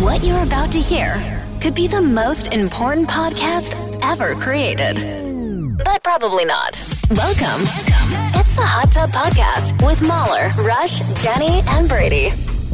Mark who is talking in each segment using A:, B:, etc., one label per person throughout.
A: What you're about to hear could be the most important podcast ever created, but probably not. Welcome. It's the Hot Tub Podcast with Mahler, Rush, Jenny, and Brady.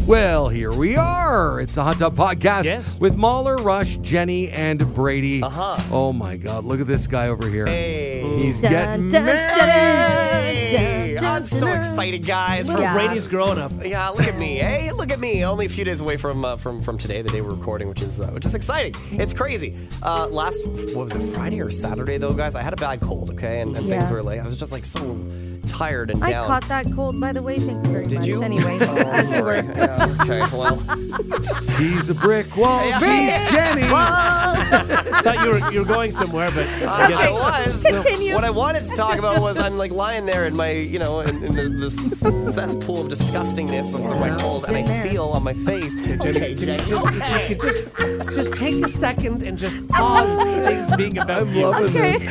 B: Well, here we are. It's the Hot Tub Podcast
C: Yes.
B: with Mahler, Rush, Jenny, and Brady.
C: Uh-huh.
B: Oh my God! Look at this guy over here.
C: Hey.
B: He's
D: Dun,
B: getting
D: dun,
B: married.
D: dun, dun,
C: I'm so
D: dun.
C: excited, guys. For
D: Yeah.
C: Brady's growing up.
E: Yeah, look at me. Hey, look at me. Only a few days away from uh, from from today, the day we're recording, which is uh, which is exciting. It's crazy. Uh, last what was it, Friday or Saturday though, guys? I had a bad cold, okay, and, and things
D: Yeah.
E: were late. I was just like so tired and
D: I
E: down.
D: caught that cold, by the way. Thanks very
E: Did
D: much.
E: you?
D: Anyway,
E: Oh, I'm
D: Yes, you
E: sorry.
D: were.
E: Yeah, okay, well,
B: He's a brick wall. She's Jenny.
C: I thought you were you were going somewhere, but I
E: I,
C: guess
E: I was.
D: Continue.
E: What I wanted to talk about was I'm like lying there in my, you know, in, in the, the cesspool of disgustingness of my cold, and I
D: Been there.
E: feel on my face. Okay,
C: Jenny,
E: Jenny,
C: just, just, just, just take a second and just pause things being about
B: I'm
C: you.
B: loving
D: Okay.
B: this.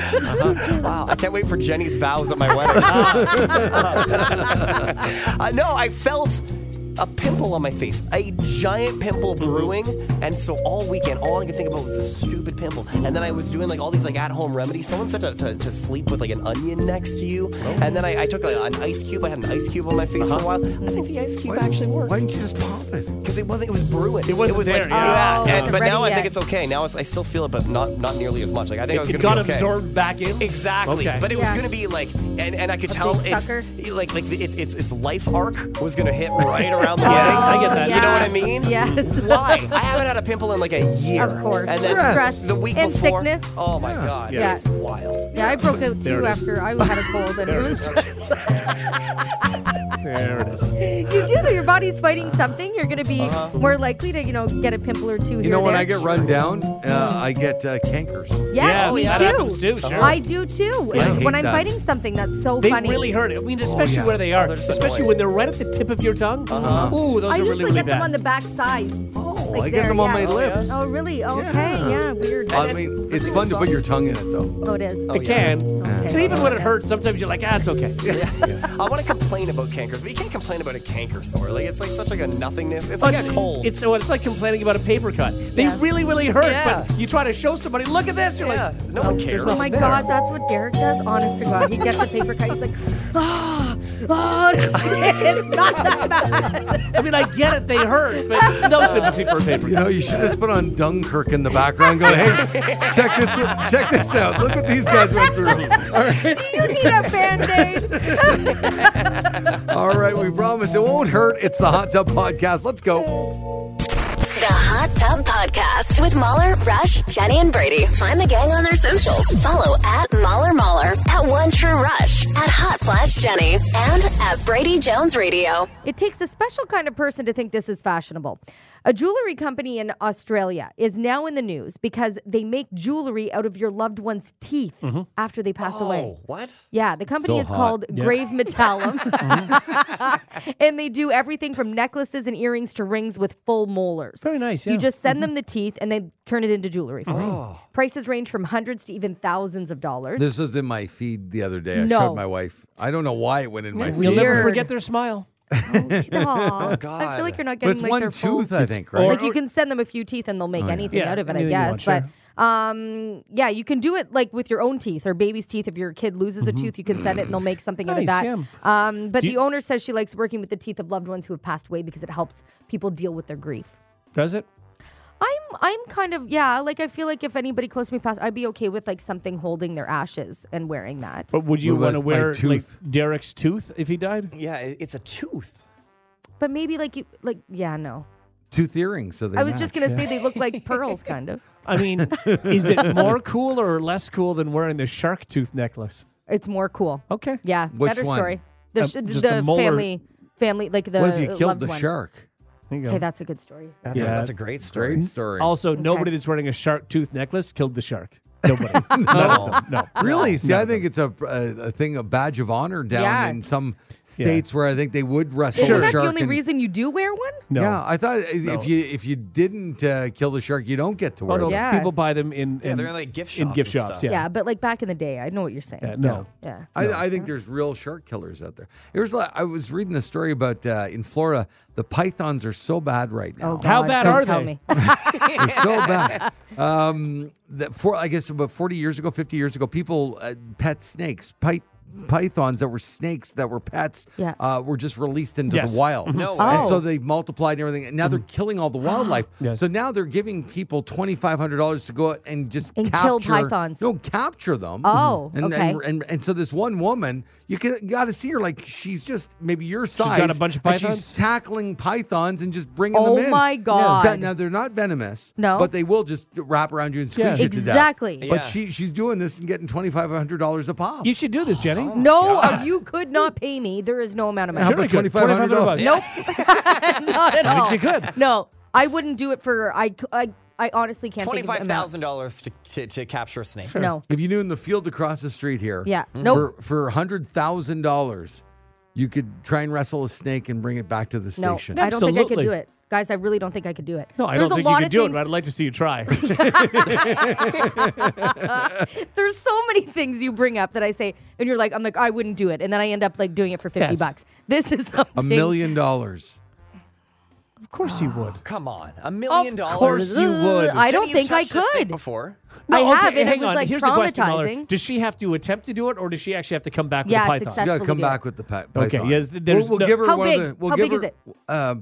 E: Wow, I can't wait for Jenny's vows at my wedding. uh, no, I felt a pimple on my face, a giant pimple
C: Mm-hmm.
E: brewing, and so all weekend, all I could think about was this stupid pimple. And then I was doing like all these like at-home remedies. Someone said to, to, to sleep with like an onion next to you,
C: Oh.
E: and then I, I took like, an ice cube. I had an ice cube on my face
C: Uh-huh.
E: for a while. I think the ice cube actually worked
B: Why didn't you just pop it?
E: because it wasn't. It was brewing.
C: It wasn't
E: was
C: there,
E: Like,
C: yeah. Uh-huh.
D: Oh,
E: and-
D: wasn't
E: but now
D: ready
E: I think
D: yet.
E: it's okay. Now it's, I still feel it, but not not nearly as much. Like I think I was
C: It got
E: gonna be okay.
C: absorbed back in.
E: Exactly,
C: Okay.
E: but it
D: Yeah.
E: was gonna be like, and, and I could
D: A
E: tell
D: big
E: it's
D: sucker.
E: like like the- its its its life arc was gonna hit right around the
C: Yeah,
E: wedding.
C: I get that.
E: You know what I mean?
D: Yes.
E: Why? I haven't had a pimple in like a year.
D: Of course.
E: And then
D: Stress.
E: the week
D: And
E: before.
D: sickness.
E: Oh my god.
C: Yeah.
E: It's wild.
D: Yeah, I broke out
C: There
D: too
C: it is.
D: after I had a cold, and it was.
C: There it is.
D: you do that. Your body's fighting something. You're gonna be more likely to, you know, get a pimple or two here.
B: You know
D: and
B: when
D: there.
B: I get run down, uh, I get uh, cankers.
D: Yes,
C: Yeah,
D: me
C: that
D: too. Oh,
C: happens too, sure.
D: I do too.
B: Yeah.
D: And
B: I
D: when
B: hate
D: I'm
B: that.
D: fighting something, that's so
C: They
D: funny.
C: really hurt it. I mean, especially
B: yeah.
C: where they are,
E: Oh, they're just
C: especially
E: annoying.
C: when they're right at the tip of your tongue. Uh-huh. Ooh, those are
D: I usually
C: really, really
D: get
C: bad.
D: them on the back side.
B: Oh,
D: like
B: I get
D: there,
B: them on
D: yeah.
B: my
D: Oh,
B: lips.
E: yeah?
D: Oh, really? Okay.
B: Yeah. Oh,
D: Yeah. weird.
B: I mean, it's fun to put your tongue in it though.
D: oh, it is.
C: It can.
D: Okay.
C: And even when it hurts, sometimes you're like, ah, it's okay.
E: I want to complain about cankers, but you can't complain about a canker sore. Like it's like such like a nothingness. It's
C: Oh,
E: like
C: it's,
E: a cold.
C: it's, oh, it's like complaining about a paper cut. They
D: Yeah.
C: really, really hurt,
E: Yeah.
C: but you try to show somebody, look at this. You're
E: Yeah.
C: like,
E: No
C: well,
E: one
C: there's
E: cares.
D: Oh
C: nothing
D: my
C: there.
D: God, that's what Derek does. Honest to God, he gets the paper cut. He's like, ah, ah, it's not that bad.
C: I mean, I get it, they hurt, but no sympathy for a paper
B: You know, you should just put on Dunkirk in the background. Go, hey, check this, check this out. Look what these guys went through.
D: You need a band-aid.
B: All right, we promise it won't hurt. It's the Hot Tub Podcast. Let's go.
A: The Hot Tub Podcast with Mahler, Rush, Jenny, and Brady. Find the gang on their socials. Follow at Mahler Mahler, at One True Rush, at Hot Flash Jenny, and at Brady Jones Radio.
D: It takes a special kind of person to think this is fashionable. A jewelry company in Australia is now in the news because they make jewelry out of your loved one's teeth after they pass away.
E: oh, what?
D: Yeah, the company
B: So
D: is
B: hot. Uh-huh.
D: called Grave Metallum. and they do everything from necklaces and earrings to rings with full molars.
C: Very nice, yeah.
D: You just send them
B: Mm-hmm.
D: the teeth and they turn it into jewelry for you. Prices range from hundreds to even thousands of dollars.
B: Oh. This was in my feed the other day. I
D: No.
B: showed my wife. I don't know why it went in my
C: You'll
B: feed.
C: never
D: Weird.
C: forget their smile.
D: Aw, I
E: God.
D: feel like you're
B: But
D: not getting
B: it's
D: like
B: one
D: their full-
B: tooth, I think, right?
D: like you can send them a few teeth and they'll
B: Oh,
D: make anything
C: Yeah,
D: out of it, I
C: anything you
D: guess.
C: want,
D: but
C: sure.
D: um, yeah, you can do it like with your own teeth or baby's teeth. If your kid loses a
B: Mm-hmm.
D: tooth, you can send it and they'll make something out of
C: Nice,
D: that. Um, but the owner says she likes working with the teeth of loved ones who have passed away because it helps people deal with their grief.
C: Does it?
D: I'm I'm kind of yeah, like I feel like if anybody close to me passed, I'd be okay with like something holding their ashes and wearing that.
C: But would you
B: What about
C: want to
B: my
C: wear like
B: tooth?
C: Derek's tooth if he died?
E: Yeah, it- it's a tooth.
D: But maybe like you like yeah, no.
B: Tooth earrings. So they
D: I was just
B: match,
D: gonna
B: yeah.
D: say they look like pearls kind of.
C: I mean, is it more cool or less cool than wearing the shark tooth necklace?
D: It's more cool.
C: Okay.
D: Yeah,
B: Which
D: better
B: one?
D: story. The,
C: Uh,
D: sh-
C: just
D: the
C: a molar-
D: family, family, like the
B: What if you killed
D: loved
B: the
D: one.
B: shark?
C: There you go.
D: Okay, that's a good story.
E: That's,
C: Yeah.
E: a, that's a great story.
B: Great story.
C: also, nobody that's wearing a shark tooth necklace killed the shark. Nobody. None of them. No.
D: Uh-huh.
B: Really? See, I think it's a, a, a thing, a badge of honor down
D: Yeah.
B: in some
C: Yeah.
B: states where I think they would wrestle
D: Isn't
B: a
D: that
B: shark.
D: the only
B: and-
D: reason you do wear one?
C: No.
B: Yeah, I thought i- if you if you didn't uh, kill the shark, you don't get to
C: Oh
B: wear
C: no,
B: them.
D: Yeah.
C: people buy them in, in
E: they're in, like, gift
C: in
E: shops
C: gift
E: and
C: shops.
E: stuff.
C: Yeah.
D: Yeah. but like back in the day, I know what you're saying.
C: Yeah, Uh, no.
D: Yeah.
B: I, I think there's real shark killers out there. Here's li- I was reading the story about uh, in Florida, the pythons are so bad right now.
D: Oh, God.
C: How bad
D: please
C: are
D: tell
C: they?
D: Me.
B: They're so bad. Um, that for I guess about 40 years ago, 50 years ago, people uh, pet snakes, py- pythons that were snakes that were pets,
D: Yeah.
B: uh, were just released into
C: Yes. Mm-hmm.
B: the wild.
E: No
B: and
D: way.
B: so they've multiplied and everything. And now they're killing all the wildlife.
C: Yes.
B: So now they're giving people twenty five hundred dollars to go out and just
D: And kill
B: capture
D: pythons.
B: No, capture them. Mm-hmm.
D: Oh,
B: and,
D: okay.
B: And, and and so this one woman, you can got to see her like she's just maybe your size.
C: got a bunch of
B: and
C: pythons?
B: she's tackling pythons and just bringing
D: Oh
B: them in.
D: my
B: Yeah.
D: God.
B: That- now they're not venomous.
D: No.
B: But they will just wrap around you and squeeze
C: Yeah.
B: you
D: Exactly.
B: to death.
E: Yeah.
B: But she she's doing this and getting twenty five hundred dollars a pop.
C: You should do this, Jenny.
D: No, uh, you could not pay me. There is no amount of money.
B: Oh, How
C: Sure,
B: about $2,500?
C: you could. $2,500.
B: Nope.
D: Not at all.
C: You could.
D: No, I wouldn't do it for. I, c- I, I honestly can't think of the
E: Twenty-five
D: amount.
E: thousand dollars to, to to capture a snake.
D: No.
B: If you knew in the field across the street here,
D: Yeah. Mhm.
B: for for hundred thousand dollars, you could try and wrestle a snake and bring it back to the
D: No,
B: station.
D: I don't think I could
C: Absolutely.
D: do it. Guys, I really don't think I could do it.
C: No, I
D: There's
C: don't
D: a
C: think you
D: lot
C: can
D: of
C: do it,
D: things.
C: but I'd like to see you try.
D: There's so many things you bring up that I say, and you're like, I'm like, I wouldn't do it, and then I end up like doing it for fifty
C: Yes.
D: bucks. This is something.
B: A million dollars.
C: of course you would.
E: Come on, a million dollars.
B: course you would.
D: I don't
E: Jenny, you've
D: think I
E: touched this thing
D: could.
E: before.
D: I
C: No, okay,
D: have, and
C: hang
D: it was
C: on.
D: like
C: Here's the question, Mahler.
D: traumatizing.
C: Does she have to attempt to do it, or does she actually have to come back with
D: Yeah,
C: a python?
D: success-
B: You gotta
D: Successfully
B: come
D: do
B: back
D: it.
B: with the pi- python.
C: Okay, yes, there's
B: we'll, we'll
C: no-
B: give her
D: How
B: one
D: big?
B: Of the, we'll
D: How
B: give
D: big
B: her,
D: is
B: it? Uh,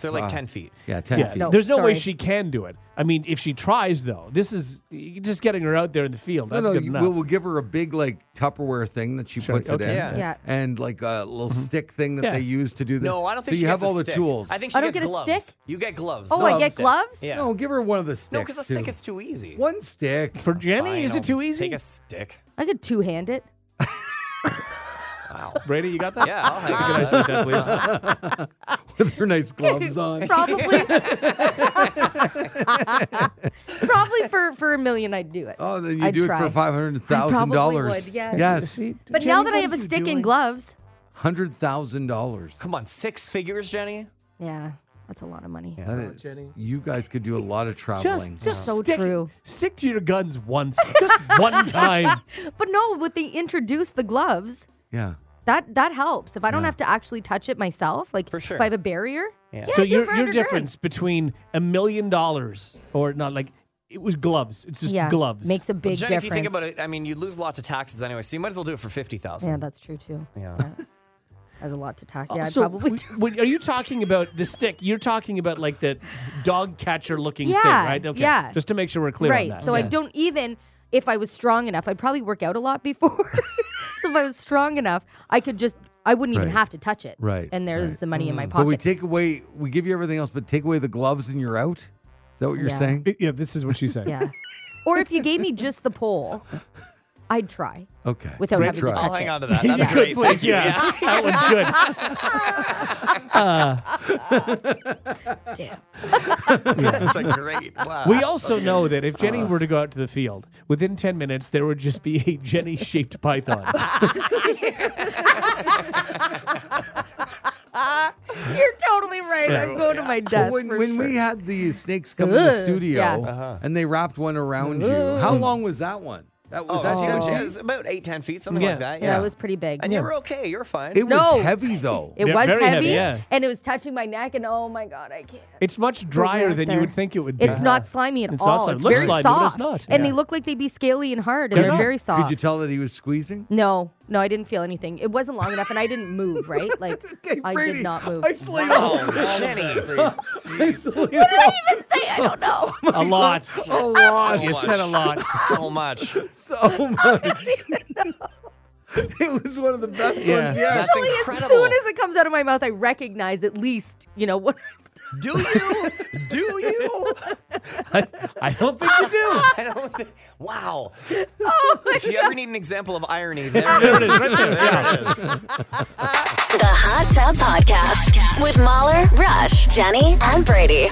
E: They're like ten feet.
B: yeah, ten
C: Yeah,
B: feet.
D: no.
C: there's no way
D: sorry.
C: she can do it. I mean, if she tries, though, this is you're just getting her out there in the field.
B: No,
C: That's
B: no,
C: good
B: you-
C: enough.
B: we'll, we'll give her a big like Tupperware thing that she puts
C: okay.
B: it in,
E: Yeah.
D: Yeah.
B: and like a little stick thing that
C: Yeah.
B: they use to do this.
E: No, I don't think
B: so.
E: she
B: you have
E: gets a
B: all the
E: stick.
B: tools.
E: I think she
D: I don't
E: gets
D: get a
E: gloves.
D: stick?
E: You get gloves.
D: Oh,
E: not
D: I
E: a
D: get
E: stick.
D: gloves?
E: Yeah.
B: No, give her one of the sticks.
E: No, because a
B: too.
E: stick is too easy.
B: one stick.
C: For Jenny,
E: Fine,
C: is
E: I'll
C: it too easy?
E: Take a stick.
D: I could two hand it.
E: Wow.
C: Brady, you got that?
E: Yeah, I'll
C: Can I
E: have
C: see that, please?
B: with her nice gloves on.
D: Probably. Probably for for a million, I'd do it.
B: Oh, then you
D: I'd
B: do
D: try.
B: it for five hundred
D: I
B: thousand
D: probably
B: dollars.
D: would, yes.
B: Yes,
D: But now that I have a stick and gloves,
B: hundred thousand dollars.
E: Come on, six figures, Jenny.
D: yeah, that's a lot of money.
B: That is, you guys could do a lot of
C: Just,
B: traveling.
C: just
D: So
C: stick,
D: true.
C: Stick to your guns once, just one time.
D: But no, what they introduced the gloves.
B: yeah.
D: That that helps. If I don't have to actually touch it myself, like
E: For sure.
D: if I have a barrier, yeah.
C: so
D: I do
C: your your
D: for 100 grand.
C: difference between a million dollars or not like it was gloves. It's just
D: yeah,
C: gloves.
D: makes a big
E: Jenny, if
D: difference.
E: you think about it, I mean, you lose a lot to taxes anyway, so you might as well do it for fifty thousand.
D: yeah, that's true too.
E: Yeah.
D: That's a lot to tack. Yeah, I'd
C: Uh, so
D: probably
C: w-
D: do.
C: when- are you talking about the stick? You're talking about like the dog catcher looking thing,
D: Yeah,
C: right? Okay.
D: yeah.
C: Just to make sure we're clear on
D: right.
C: that.
D: So I don't even if I was strong enough, I'd probably work out a lot before. so if I was strong enough, I could just I wouldn't even
B: Right.
D: have to touch it.
B: Right,
D: And there's
B: right.
D: the money in my pocket.
B: So we take away, we give you everything else, but take away the gloves and you're out. Is that what you're
D: Yeah.
B: saying?
C: yeah, this is what she's saying.
D: yeah. or if you gave me just the pole, I'd try
B: Okay.
D: without
B: Great
D: having
B: try.
D: to touch
E: I'll hang
D: it.
E: on to that. That's great.
C: Good place.
E: Thank you.
C: Yeah. that one's good.
D: Damn.
E: That's a great. Wow.
C: We also know that if
E: Uh.
C: Jenny were to go out to the field, within 10 minutes, there would just be a Jenny shaped python.
D: You're totally right. I'm going to my death.
B: But when
D: for
B: when
D: sure.
B: we had the snakes come in the
D: Ugh,
B: studio
D: yeah.
E: Uh-huh.
B: and they wrapped one around you, how long was that one? That was
E: Oh,
B: that
E: that's
B: huge.
E: huge. Yeah, it's about eight, ten feet, something
C: Yeah.
E: like that.
D: yeah,
E: Yeah.
D: it was pretty big.
E: and you were okay. You were fine.
B: It was
D: No.
B: heavy though.
D: It
C: Yeah,
D: was
C: very
D: heavy,
C: heavy, yeah.
D: and it was touching my neck, and oh my god, I can't.
C: It's much drier
D: out
C: than
D: there.
C: you would think it would be.
D: It's not slimy at
C: It's not
D: all.
C: slimy.
D: It's
C: It looks
D: very
C: slimy, but it's
D: soft,
C: not.
D: and
C: Yeah.
D: they look like they'd be scaly and hard, and they're
C: you-
D: very soft.
B: Could you tell that he was squeezing?
D: no, no, I didn't feel anything. It wasn't long enough, and I didn't move. Right, like I did
B: Brady,
D: not move.
B: I slid
E: Oh,
B: off.
E: Jenny.
B: I slid off
D: say I don't know.
C: a lot.
B: a lot.
C: You
E: much.
C: said a lot.
E: so much.
B: so much. it was one of the best
C: Yeah.
B: ones yet.
E: That's
D: Really, as
E: incredible.
D: soon as it comes out of my mouth, I recognize at least you know what.
E: Do you? Do you?
C: I, I don't think you do.
E: I don't think. Wow.
D: Oh my
E: If you ever need an example of irony, there
C: There it
E: it is.
C: is, right there. Yeah.
A: The Hot Tub Podcast with Mahler, Rush, Jenny, and Brady.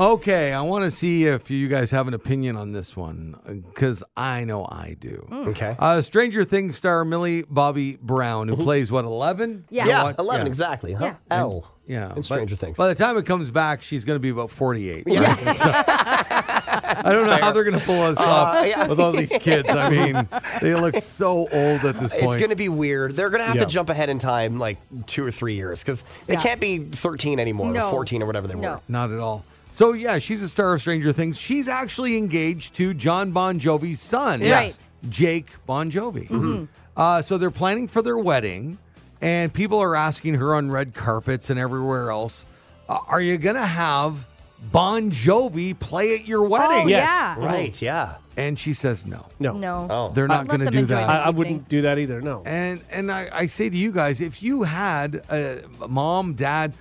B: Okay, I want to see if you guys have an opinion on this one because I know I do.
D: Hmm.
E: Okay.
B: Uh, Stranger Things star Millie Bobby Brown, who plays what eleven?
D: Yeah.
E: Mm-hmm. yeah,
B: What-
E: 11,
B: yeah.
E: exactly. Huh?
D: Yeah.
E: L.
B: Yeah,
E: In
B: but
E: Stranger Things.
B: By the time it comes back, she's going to be about forty-eight. right? So- I don't know how they're going to pull us off
E: Uh, yeah.
B: with all these kids. I mean, they look so old at this
E: It's
B: point.
E: going to be weird. They're going to have
C: Yeah.
E: to jump ahead in time like two or three years because they
D: Yeah.
E: can't be 13 anymore
D: No.
E: or 14 or whatever they were.
D: No.
B: Not at all. So yeah, she's a star of Stranger Things. She's actually engaged to John Bon Jovi's son,
D: Yes.
B: Jake Bon Jovi.
D: Mm-hmm.
B: Uh, so they're planning for their wedding, and people are asking her on red carpets and everywhere else, uh, "Are you gonna have Bon Jovi play at your
D: Oh,
B: wedding?"
C: Yes.
D: yeah.
E: Right, yeah.
B: And she says no.
C: No.
D: No.
E: Oh.
B: They're not
D: Let
B: going to
D: them
B: do
D: enjoy
B: that.
C: I, I
D: Evening.
C: wouldn't do that either. No.
B: And and I, I say to you guys, if you had a mom, dad,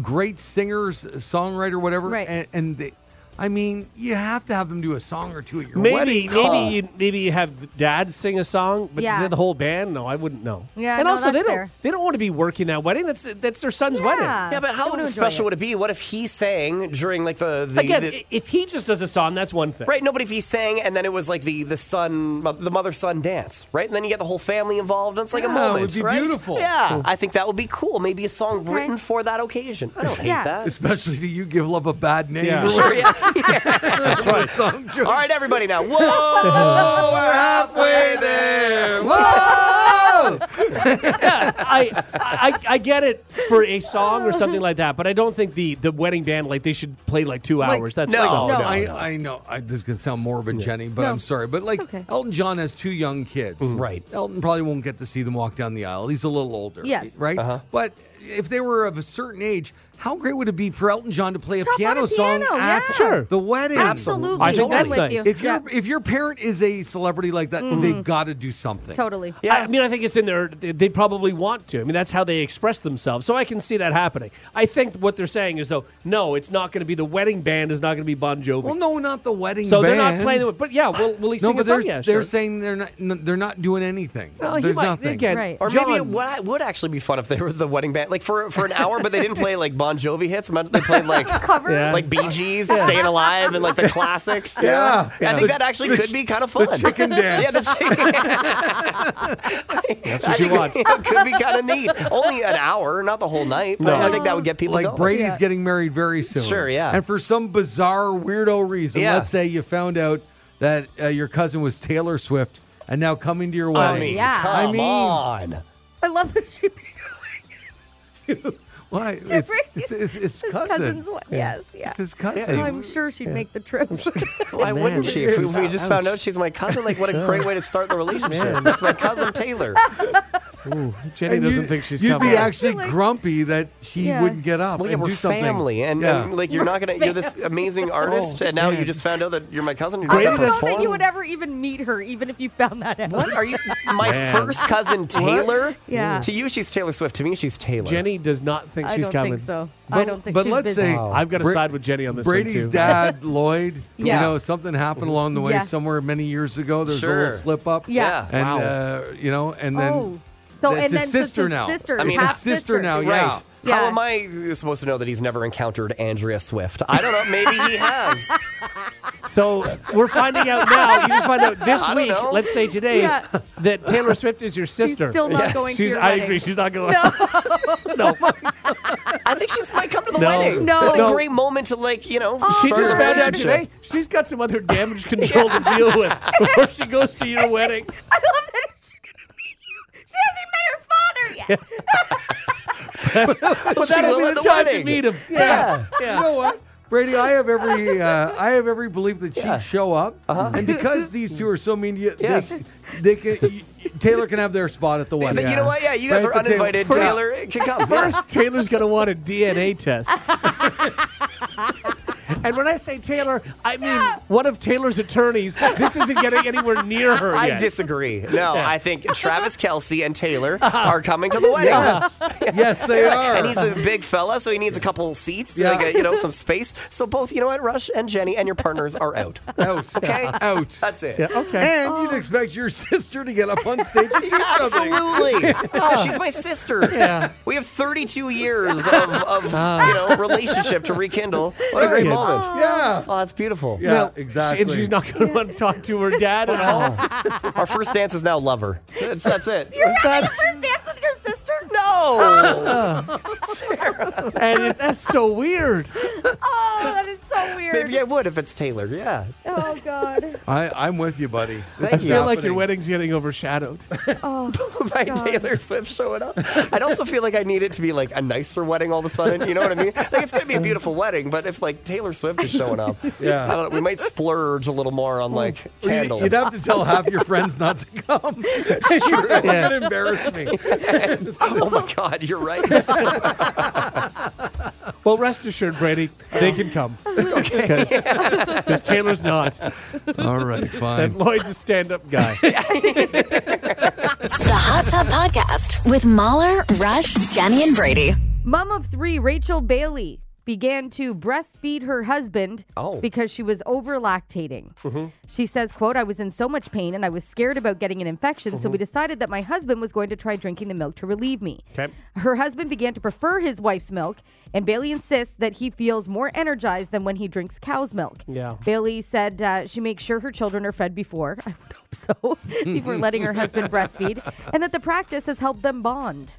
B: great singers, songwriter, whatever,
D: Right.
B: and, and they, I mean, you have to have them do a song or two at your
C: Maybe
B: wedding.
C: maybe you, maybe you have dad sing a song, but
D: Yeah.
C: the whole band. No, I wouldn't know.
D: Yeah,
C: and
D: no,
C: also they
D: that's
C: don't
D: fair.
C: they don't want to be working that wedding. That's that's their son's wedding.
E: Yeah, but
D: They wanna
E: how
D: enjoy
E: special
D: it.
E: would it be? What if he sang during like the. the,
C: Again,
E: the-
C: i- if he just does a song, that's one thing.
E: Right, no, but if he sang and then it was like the the son, the mother son dance, right? And then you get the whole family involved. And it's like a
B: Yeah, it
E: moment,
B: would be
E: right?
B: beautiful.
E: Yeah, I think that would be cool. Maybe a song
D: Okay.
E: written for that occasion. I don't hate
D: Yeah.
E: that.
B: Especially do you give love a bad name?
C: Yeah. Oh,
B: or
C: Sure,
B: whatever. That's what a song choice.
E: All right, everybody, now, whoa, we're halfway there.
C: yeah, I, I I get it for a song or something like that, but I don't think the the wedding band like they should play like two
B: Like,
C: hours. That's
E: no.
C: like,
E: No.
B: I, I know I, this is gonna sound morbid, Jenny, but
D: No.
B: I'm sorry. But like
D: okay.
B: Elton John has two young kids,
C: Mm-hmm.
E: Right.
B: Elton probably won't get to see them walk down the aisle. He's a little older,
D: Yes.
B: right.
C: Uh-huh.
B: But if they were of a certain age, how great would it be for Elton John to play a
D: Stop on
B: piano
D: a
B: song
D: piano,
B: at
D: yeah.
C: Sure.
B: the wedding?
D: Absolutely.
C: I think
D: I'm
C: that's
D: with
C: nice.
D: you.
B: If your
D: Yeah, Mm-hmm.
B: if your parent is a celebrity like that, they've got to do something.
D: totally.
E: Yeah.
C: I, I mean, I think it's in there. They probably want to. I mean, that's how they express themselves. So I can see that happening. I think what they're saying is though, no, it's not going to be the wedding band. Is not going to be Bon Jovi.
B: Well, no, not the wedding.
C: so they're
B: band.
C: not playing. it, But yeah, will, will he
B: No,
C: sing
B: but
C: a song?
B: they're,
C: Yeah,
B: they're
C: sure.
B: saying they're not n- they're not doing anything.
C: Well, he
B: There's
C: might-
B: nothing.
C: again,
D: Right.
E: Or
C: John,
E: maybe it would, it would actually be fun if they were the wedding band, like for for an hour, but they didn't play like Bon Jovi hits. but They played like
D: Cover.
C: Yeah.
E: like Bee Gees, Staying Alive, and like the classics. you
B: Yeah.
E: know?
B: Yeah.
E: I think
B: The-
E: that actually
B: the
E: could
B: ch-
E: be kind of fun.
B: chicken dance.
E: yeah, the chicken. That's
C: what you want.
E: It could be kind of neat. Only an hour, not the whole night. But
C: No.
E: I think that would get people
B: like
E: going.
B: Brady's
D: Yeah.
B: getting married very soon.
E: Sure, yeah.
B: And for some bizarre weirdo reason,
E: Yeah.
B: let's say you found out that uh, your cousin was Taylor Swift, and now coming to your
E: I
B: wedding.
E: mean,
D: Yeah.
E: come
B: I mean-
E: on.
D: I love that she
B: why? It's, it's, it's, it's
D: his
B: cousin.
D: cousin's one. Yes, yeah.
B: It's his cousin.
D: I'm sure she'd make the trip.
E: Why wouldn't she? If we, if we just found out she's my cousin, like what a great way to start the relationship. That's my cousin Taylor.
C: Jenny
B: And
C: doesn't
B: you-
C: think she's
B: You'd
C: coming.
B: be actually
D: Like-
B: grumpy that she
D: Yeah.
B: wouldn't get up
E: Well, yeah,
B: and
E: we're
B: do something.
E: family, and, and, like you're not gonna. You're this amazing
B: Oh,
E: artist, and now you just found out that you're my cousin. You're
D: I
E: not
C: Brady
D: don't
E: gonna
D: know
C: does-
E: perform.
D: that you would ever even meet her, even if you found that out.
E: What are you? My
B: Man.
E: first cousin Taylor.
D: Yeah.
E: To you, she's Taylor Swift. To me, she's Taylor.
C: Jenny does not think
D: I
C: she's
D: don't
C: coming.
D: think so.
B: But-
D: I don't think
B: but
D: she's
B: let's
D: busy.
B: say- Oh.
C: I've got to
B: Bra-
C: side with Jenny on this
B: Brady's
C: one too.
B: dad, Lloyd,
D: Yeah.
B: you know, something happened along the way
D: Yeah.
B: somewhere many years ago. There's a
E: Sure.
B: little slip up.
D: Yeah.
B: And,
C: Wow.
B: uh, you know, and then.
D: oh. So
B: it's his
D: and then so it's
B: sister
D: his
B: now.
D: Sister,
E: I mean,
B: it's
E: half
B: his sister now,
E: Right.
B: Oh, yeah.
E: How
D: Yeah.
E: am I supposed to know that he's never encountered Andrea Swift? I don't know. Maybe he has.
C: So we're finding out now. You can find out this
E: I don't
C: week.
E: know.
C: Let's say today
D: Yeah.
C: that Taylor Swift is your
D: She's
C: sister.
D: still not going
C: She's-
D: to your
C: I
D: wedding.
C: agree. She's not going. No.
E: I think she might come to the
C: No.
E: wedding.
D: No.
E: What a
C: No. Oh.
E: great moment to like, you know.
C: She just
E: start a
C: found out
E: relationship.
C: today. She's got some other damage control to deal with before she goes to your wedding.
D: I love that she's gonna meet you. She hasn't met her father yet.
C: But
E: She
C: that'll
E: will
C: be
E: at
C: the
E: the
C: time to
E: wedding.
C: meet him. Yeah.
B: You know what? Brady, I have every uh, I have every belief that she'd
E: Yeah. Uh-huh.
B: show up, and because these two are so mean, to you,
E: Yes.
B: they, they can. You, Taylor can have their spot at the
E: But
B: wedding.
E: You know what? Yeah, you guys
B: Right
E: are
B: at the table.
E: uninvited.
B: First-
E: Taylor can come.
C: First, Taylor's going to want a DNA test. and when I say Taylor, I mean one of Taylor's attorneys. This isn't getting anywhere near her
E: I
C: yet.
E: disagree. No, I think Travis Kelsey and Taylor are coming to the wedding.
B: Yes, yes, Uh-huh. they are.
E: And he's a big fella, so he needs a couple seats,
B: Yeah.
E: like a, you know, some space. So both, you know what, Rush and Jenny and your partners are out.
B: out.
E: Okay.
B: out.
E: That's it.
C: yeah, okay.
B: and you'd expect your sister to get up on stage and do something.
E: Absolutely. She's my sister.
C: Yeah.
E: We have 32 years of, of you know, relationship to rekindle. What a great
B: Right.
E: moment.
B: Yeah.
E: Oh, that's beautiful.
B: Yeah, exactly.
C: And she's not going to want to talk to her dad at all.
E: Oh. Our first dance is now lover. That's, that's it.
C: That's,
D: First dance with your sister?
E: No.
C: and it- that's so weird.
D: Oh, that is so weird.
E: Maybe I would if it's Taylor. Yeah.
D: Oh God.
B: I, I'm with you, buddy. This
E: Thank
B: is
E: you.
C: I feel like your
B: happening.
C: wedding's getting overshadowed.
D: Oh.
E: By Taylor Swift showing up. I'd also feel like I need it to be like a nicer wedding all of a sudden. You know what I mean? Like it's gonna be a beautiful wedding, but if like Taylor Swift is showing up,
B: Yeah.
E: I don't know, we might splurge a little more on like
B: You'd,
E: candles.
B: you'd have to tell half your friends not to come. You're
C: Yeah.
B: gonna embarrass me.
E: oh my God, you're right.
C: Well, rest assured, Brady, they can come. Because Taylor's not.
B: All right,
C: And
B: fine.
C: Lloyd's a stand up guy.
A: The Hot Tub Podcast with Mahler, Rush, Jenny, and Brady.
D: Mom of three, Rachel Bailey, began to breastfeed her husband
E: Oh.
D: because she was over lactating.
C: Mm-hmm.
D: She says, quote, I was in so much pain and I was scared about getting an infection, so
C: Mm-hmm.
D: we decided that my husband was going to try drinking the milk to relieve me.
C: Okay.
D: Her husband began to prefer his wife's milk, and Bailey insists that he feels more energized than when he drinks cow's milk.
C: Yeah.
D: Bailey said uh, she makes sure her children are fed before, I would hope so, before letting her husband breastfeed, and that the practice has helped them bond.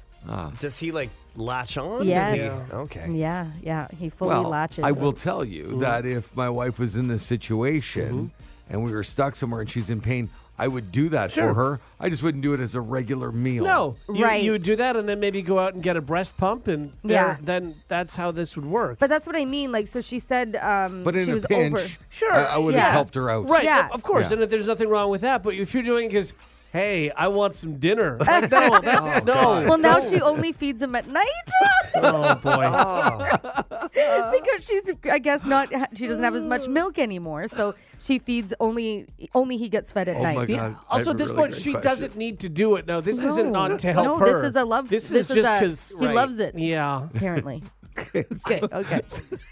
E: Does he like latch on?
D: Yes.
E: Does he? Okay.
D: Yeah, yeah. He fully
B: Well,
D: latches.
B: I will tell you
C: Mm-hmm.
B: that if my wife was in this situation and we were stuck somewhere and she's in pain, I would do that for
C: Sure.
B: her. I just wouldn't do it as a regular meal.
C: No, you,
D: Right.
C: You would do that, and then maybe go out and get a breast pump, and
D: Yeah.
C: there- then that's how this would work.
D: But that's what I mean. Like, so she said um,
B: But in
D: she
B: a
D: was
B: pinch,
D: over.
C: Sure,
B: I, I would have
D: yeah.
B: helped her out.
C: right,
D: Yeah.
C: of course.
B: Yeah.
C: And if there's nothing wrong with that, but if you're doing it because, hey, I want some dinner. Like, no, that's, no.
D: Oh, Well, now she only feeds him at night
C: Oh boy.
D: because she's, I guess, not. She doesn't have as much milk anymore, so she feeds only. Only he gets fed at
B: Oh
D: night.
B: my god.
C: Also, at this point, she doesn't need to do it. No, this isn't on to help
D: no,
C: her.
D: this is a love.
C: This, is
D: a-
C: just because.
D: he loves it.
C: Yeah.
D: Apparently. okay. Okay.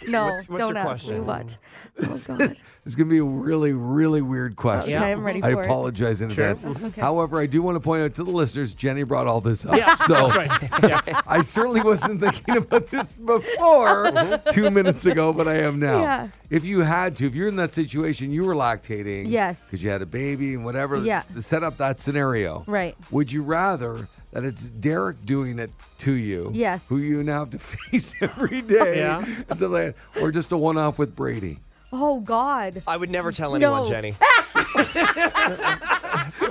D: No.
E: What's- what's
D: don't
E: your
D: ask me
E: question?
D: what. Oh God.
B: It's going to be a really, really weird question.
D: Okay, I'm ready
B: I
D: for it.
B: apologize in advance. However, I do want to point out to the listeners, Jenny brought all this up.
C: Yeah,
B: so
C: that's right. Yeah.
B: I certainly wasn't thinking about this before two minutes ago, but I am now.
D: Yeah.
B: If you had to, if you're in that situation, you were lactating.
D: Yes.
B: Because you had a baby and whatever.
D: Yeah.
B: th- set up that scenario.
D: Right.
B: Would you rather that it's Derek doing it to you?
D: Yes.
B: Who you now have to face every day.
C: Yeah.
B: and stuff like that, or just a one off with Brady?
D: Oh God.
E: I would never tell anyone,
D: No.
E: Jenny.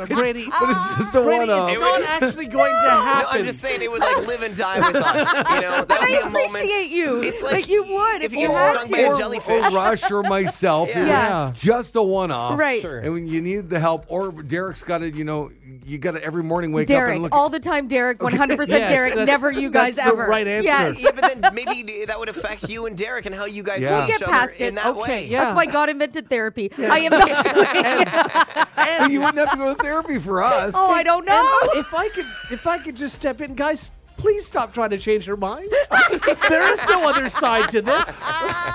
C: Brady.
B: But
D: Ah.
B: it's just a
C: Brady,
B: one off.
C: it's not actually going to
E: No,
C: happen.
E: I'm just saying it would like live and die with us. You know, that would be a
D: I
E: moment.
D: appreciate you.
E: It's
D: like,
E: like
D: you would
E: if
D: if
E: you
D: you
E: get
D: had
E: stung
D: to.
E: by a
B: or,
E: jellyfish.
B: or Rush or myself. It was
D: Yeah.
B: just a one off.
D: Right.
E: Sure.
B: And when you need the help, or Derek's got to, you know, you got to every morning wake up and
D: Derek,
B: look.
D: all the time, Derek, 100%
C: Yes,
D: Derek,
C: that's-
D: never you guys
C: that's the
D: ever.
C: right answer.
D: Yes.
E: Yeah, but then maybe that would affect you and Derek and how you guys
B: Yeah. We'll
E: see each
D: get
E: other
D: past
E: in
D: it.
E: that way.
C: yeah.
D: That's why God invented therapy. I am not doing
B: Well, you wouldn't have to go to therapy for us.
D: Oh, I don't know.
C: And if I could, if I could just step in, guys. Please stop trying to change her mind. there is no other side to this.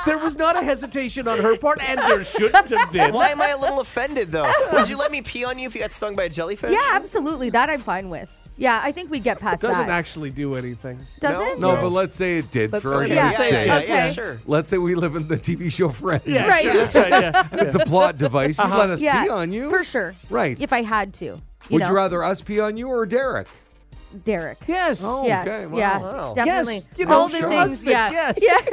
C: There was not a hesitation on her part, and there shouldn't have been.
E: Why am I a little offended though? Would you let me pee on you if you got stung by a jellyfish?
D: Yeah, absolutely. That I'm fine with. Yeah, I think we get past
C: Doesn't
D: that.
C: actually do anything.
D: Does
E: No?
D: it?
B: no, but let's say it did
C: Let's
B: for
C: say-
E: Yeah,
B: argument's
E: yeah,
B: sake.
E: yeah, yeah,
D: Okay.
E: sure.
B: Let's say we live in the TV show Friends.
C: Yeah,
D: Right. Uh-huh.
C: sure, that's right. Yeah,
B: It's a plot device. You let us
D: Yeah,
B: pee on you.
D: for sure.
B: Right.
D: If I had to. You
B: Would
D: know,
B: you rather us pee on you or Derek?
D: Derek?
C: yes.
B: Oh,
D: Yes.
B: okay, wow.
D: yeah.
E: Wow.
D: Definitely.
C: Yes, you know,
D: All the
B: sure.
D: things.
C: husband,
D: Yeah.
C: yes.
D: Yes.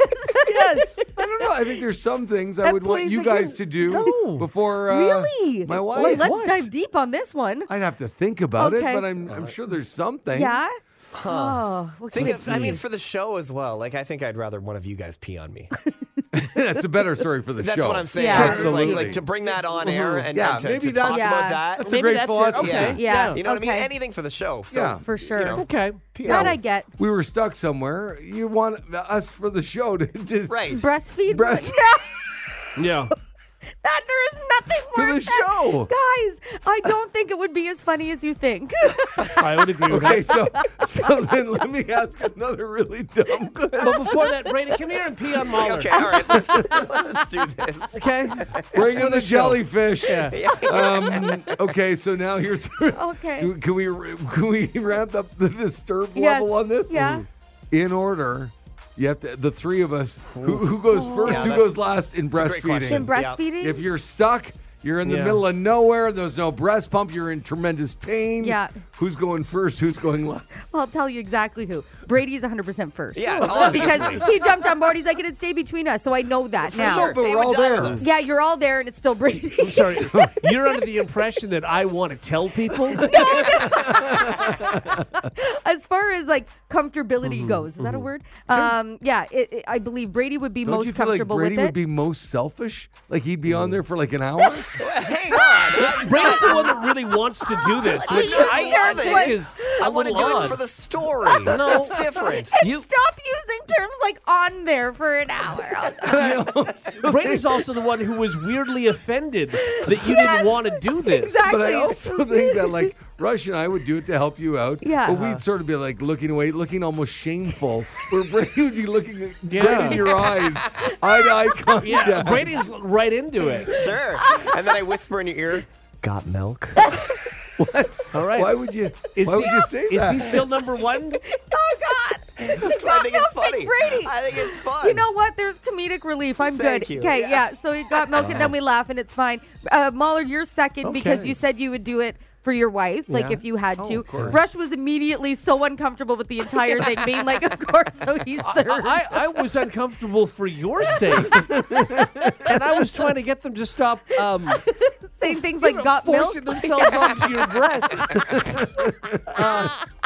C: yes.
B: I don't know. I think there's some things I
C: That
B: would want
C: plays
B: you guys
C: against-
B: to do
C: No.
B: before uh,
D: Really?
B: my wife.
D: Well, let's
C: What?
D: dive deep on this one.
B: I'd have to think about
D: Okay.
B: it, but I'm,
E: Uh,
B: I'm sure there's something.
D: Yeah. Oh, what
E: Think
D: kind
E: of, I mean, for the show as well. Like, I think I'd rather one of you guys pee on me.
B: That's a better story for the
E: That's
B: show.
E: what I'm saying.
D: Yeah.
E: It's like-
B: Absolutely.
E: Like, to bring that on air and,
B: Yeah,
E: and to,
B: maybe
E: to
B: that's-
E: talk
D: Yeah.
E: about that.
B: That's a great
C: that's it.
B: philosophy.
C: Okay.
D: Yeah.
E: You know what I
D: Okay.
E: mean? Anything for the show. So,
B: Yeah.
D: for sure.
C: Okay.
D: That I get.
B: we were stuck somewhere. You want us for the show to, to
E: Right.
D: Breastfeed.
B: Breast-
D: No.
C: Yeah.
D: that there is nothing
B: For
D: worse.
B: the show.
D: Guys, I don't think it would be as funny as you think.
C: I would agree with
B: Okay,
C: that.
B: so so then let me ask another really dumb question.
C: But before that, Brady, come here and pee on Mahler.
E: Okay, all right. Let's, let's do this.
C: Okay?
B: Bring in the jellyfish.
C: Yeah.
B: Um, okay, so now here's.
D: Okay.
B: Do- Can we can we ramp up the disturb
D: Yes.
B: level on this?
D: Yeah.
B: In order, You have to, the three of us, who, who goes first,
E: Yeah,
B: who
E: that's-
B: goes last in
E: great question.
B: breastfeeding?
D: In
E: Bre-
D: breastfeeding?
B: If you're stuck, you're in the
C: Yeah.
B: middle of nowhere, there's no breast pump, you're in tremendous pain.
D: Yeah.
B: Who's going first, who's going last?
D: I'll tell you exactly who. Brady's 100% first.
E: Yeah,
D: because
E: obviously.
D: he jumped on board. He's like, it'd stay between us. So I know that now.
B: No, but
E: They
B: we're
E: would
B: all
E: die with
B: there.
E: us.
D: Yeah, you're all there and it's still Brady.
C: I'm sorry. You're under the impression that I want to tell people.
D: as far as like comfortability
B: Mm-hmm,
D: goes, is that a word? Um, yeah, it, it- I believe Brady would be
B: Don't
D: most
B: you feel like
D: comfortable
B: Brady
D: with it.
B: would be most selfish? Like he'd be on there for like an hour?
E: Hang on.
C: Brady's the one that really wants to do this, which
E: know,
C: I,
E: I
C: I
E: love it.
C: think is
E: I want to do it for the story. No, it's different.
C: you,
D: Stop using terms like on there for an hour.
C: Brady's also the one who was weirdly offended that you didn't want to do this.
D: exactly.
B: But I also think that like Rush and I would do it to help you out.
D: Yeah.
B: But
C: Uh-huh.
B: we'd sort of be like looking away, looking almost shameful. Where Brady would be looking at-
C: Yeah.
B: right in your eyes, eye to eye contact.
C: Yeah, Brady's right into it.
E: Sure. And then I whisper in your ear, got milk?
C: All right.
B: Why would you?
C: is
B: why
C: he,
B: would you say
C: is
B: that?
C: he still number one?
D: oh God,
E: Because I think it's
D: Got milk,
E: funny.
D: Big Brady.
E: I think it's fun.
D: You know what? There's comedic relief. I'm
E: Thank
D: good.
E: you.
D: Okay, yeah.
E: Yeah.
D: So we got milk and then we laugh and it's fine. Uh, Mahler, you're second because
C: Okay.
D: you said you would do it for your wife, like
C: Yeah.
D: if you had
B: Oh,
D: to.
B: of course.
D: Rush was immediately so uncomfortable with the entire thing, being like, "Of course." So he's
C: I,
D: third.
C: I, I was uncomfortable for your sake, and I was trying to get them to stop um,
D: saying things like
C: you know,
D: got milk.
C: forcing themselves onto your breasts.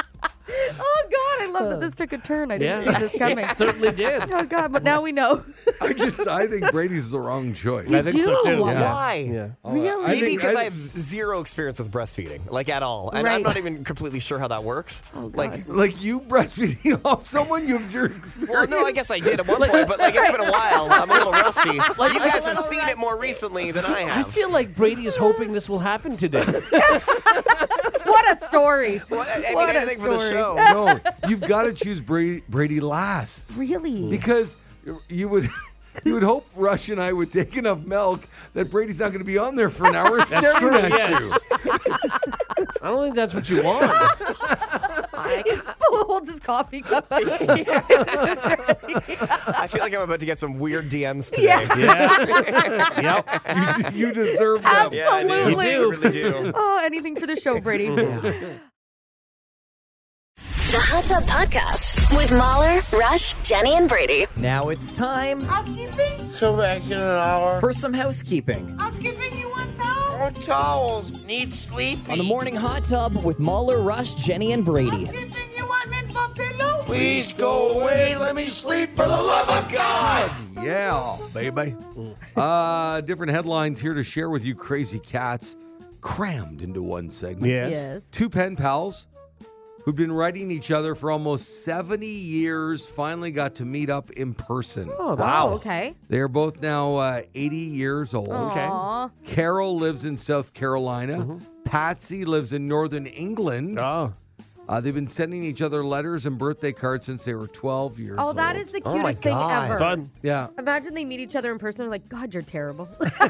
D: Oh God, I love that this took a turn. I didn't
C: Yeah.
D: see this coming.
C: It certainly did.
D: Oh God, but now we know.
B: I just I think Brady's the wrong choice.
C: I think so too.
E: Why?
C: Yeah.
E: Why?
C: Yeah.
B: Really?
E: Maybe because I, have zero experience with breastfeeding, like at all. And
D: Right.
E: I'm not even completely sure how that works. like,
B: like you breastfeeding off someone. You have zero experience.
E: well, no, I guess I did at one point, but like it's been a while. I'm a little rusty. you guys have seen it more recently than I
C: I
E: have.
C: feel like Brady is hoping this will happen today.
D: What a story.
E: What, I mean,
D: What a
E: anything for the
D: story.
E: show.
B: No, you've got to choose Brady, Brady last
D: Really?
B: because you would. You would hope Rush and I would take enough milk that Brady's not going to be on there for an hour staring
C: true,
B: at
C: yes.
B: you.
C: I don't think that's what you want.
D: holds his coffee cup. up.
E: I feel like I'm about to get some weird DMs today.
D: Yeah.
C: Yeah. yep.
B: you, you deserve that.
E: Yeah, I do.
D: Absolutely.
E: I really do.
D: Oh, anything for the show, Brady.
A: The Hot Tub Podcast with Mahler, Rush, Jenny, and Brady.
E: Now it's time
F: Come back in an hour.
E: for some housekeeping
F: More towels. Need sleeping.
E: on the morning hot tub with Mahler, Rush, Jenny, and Brady.
F: Please go away. Let me sleep for the love of God.
B: Yeah, baby. Uh, different headlines here to share with you, crazy cats, crammed into one segment.
C: Yes.
D: Yes.
B: Two pen pals who've been writing each other for almost 70 years finally got to meet up in person.
C: Oh, that's
E: Wow.
D: Oh, okay.
B: They are both now uh, 80 years old.
D: Oh. Aw.
B: Carol lives in South Carolina. Patsy lives in Northern England.
C: Oh.
B: Uh, they've been sending each other letters and birthday cards since they were 12 years
D: Oh,
B: old.
D: that is the
E: Oh, my
D: cutest thing
E: God.
D: ever.
C: Fun.
B: Yeah.
D: Imagine they meet each other in person. They're like, God, you're terrible.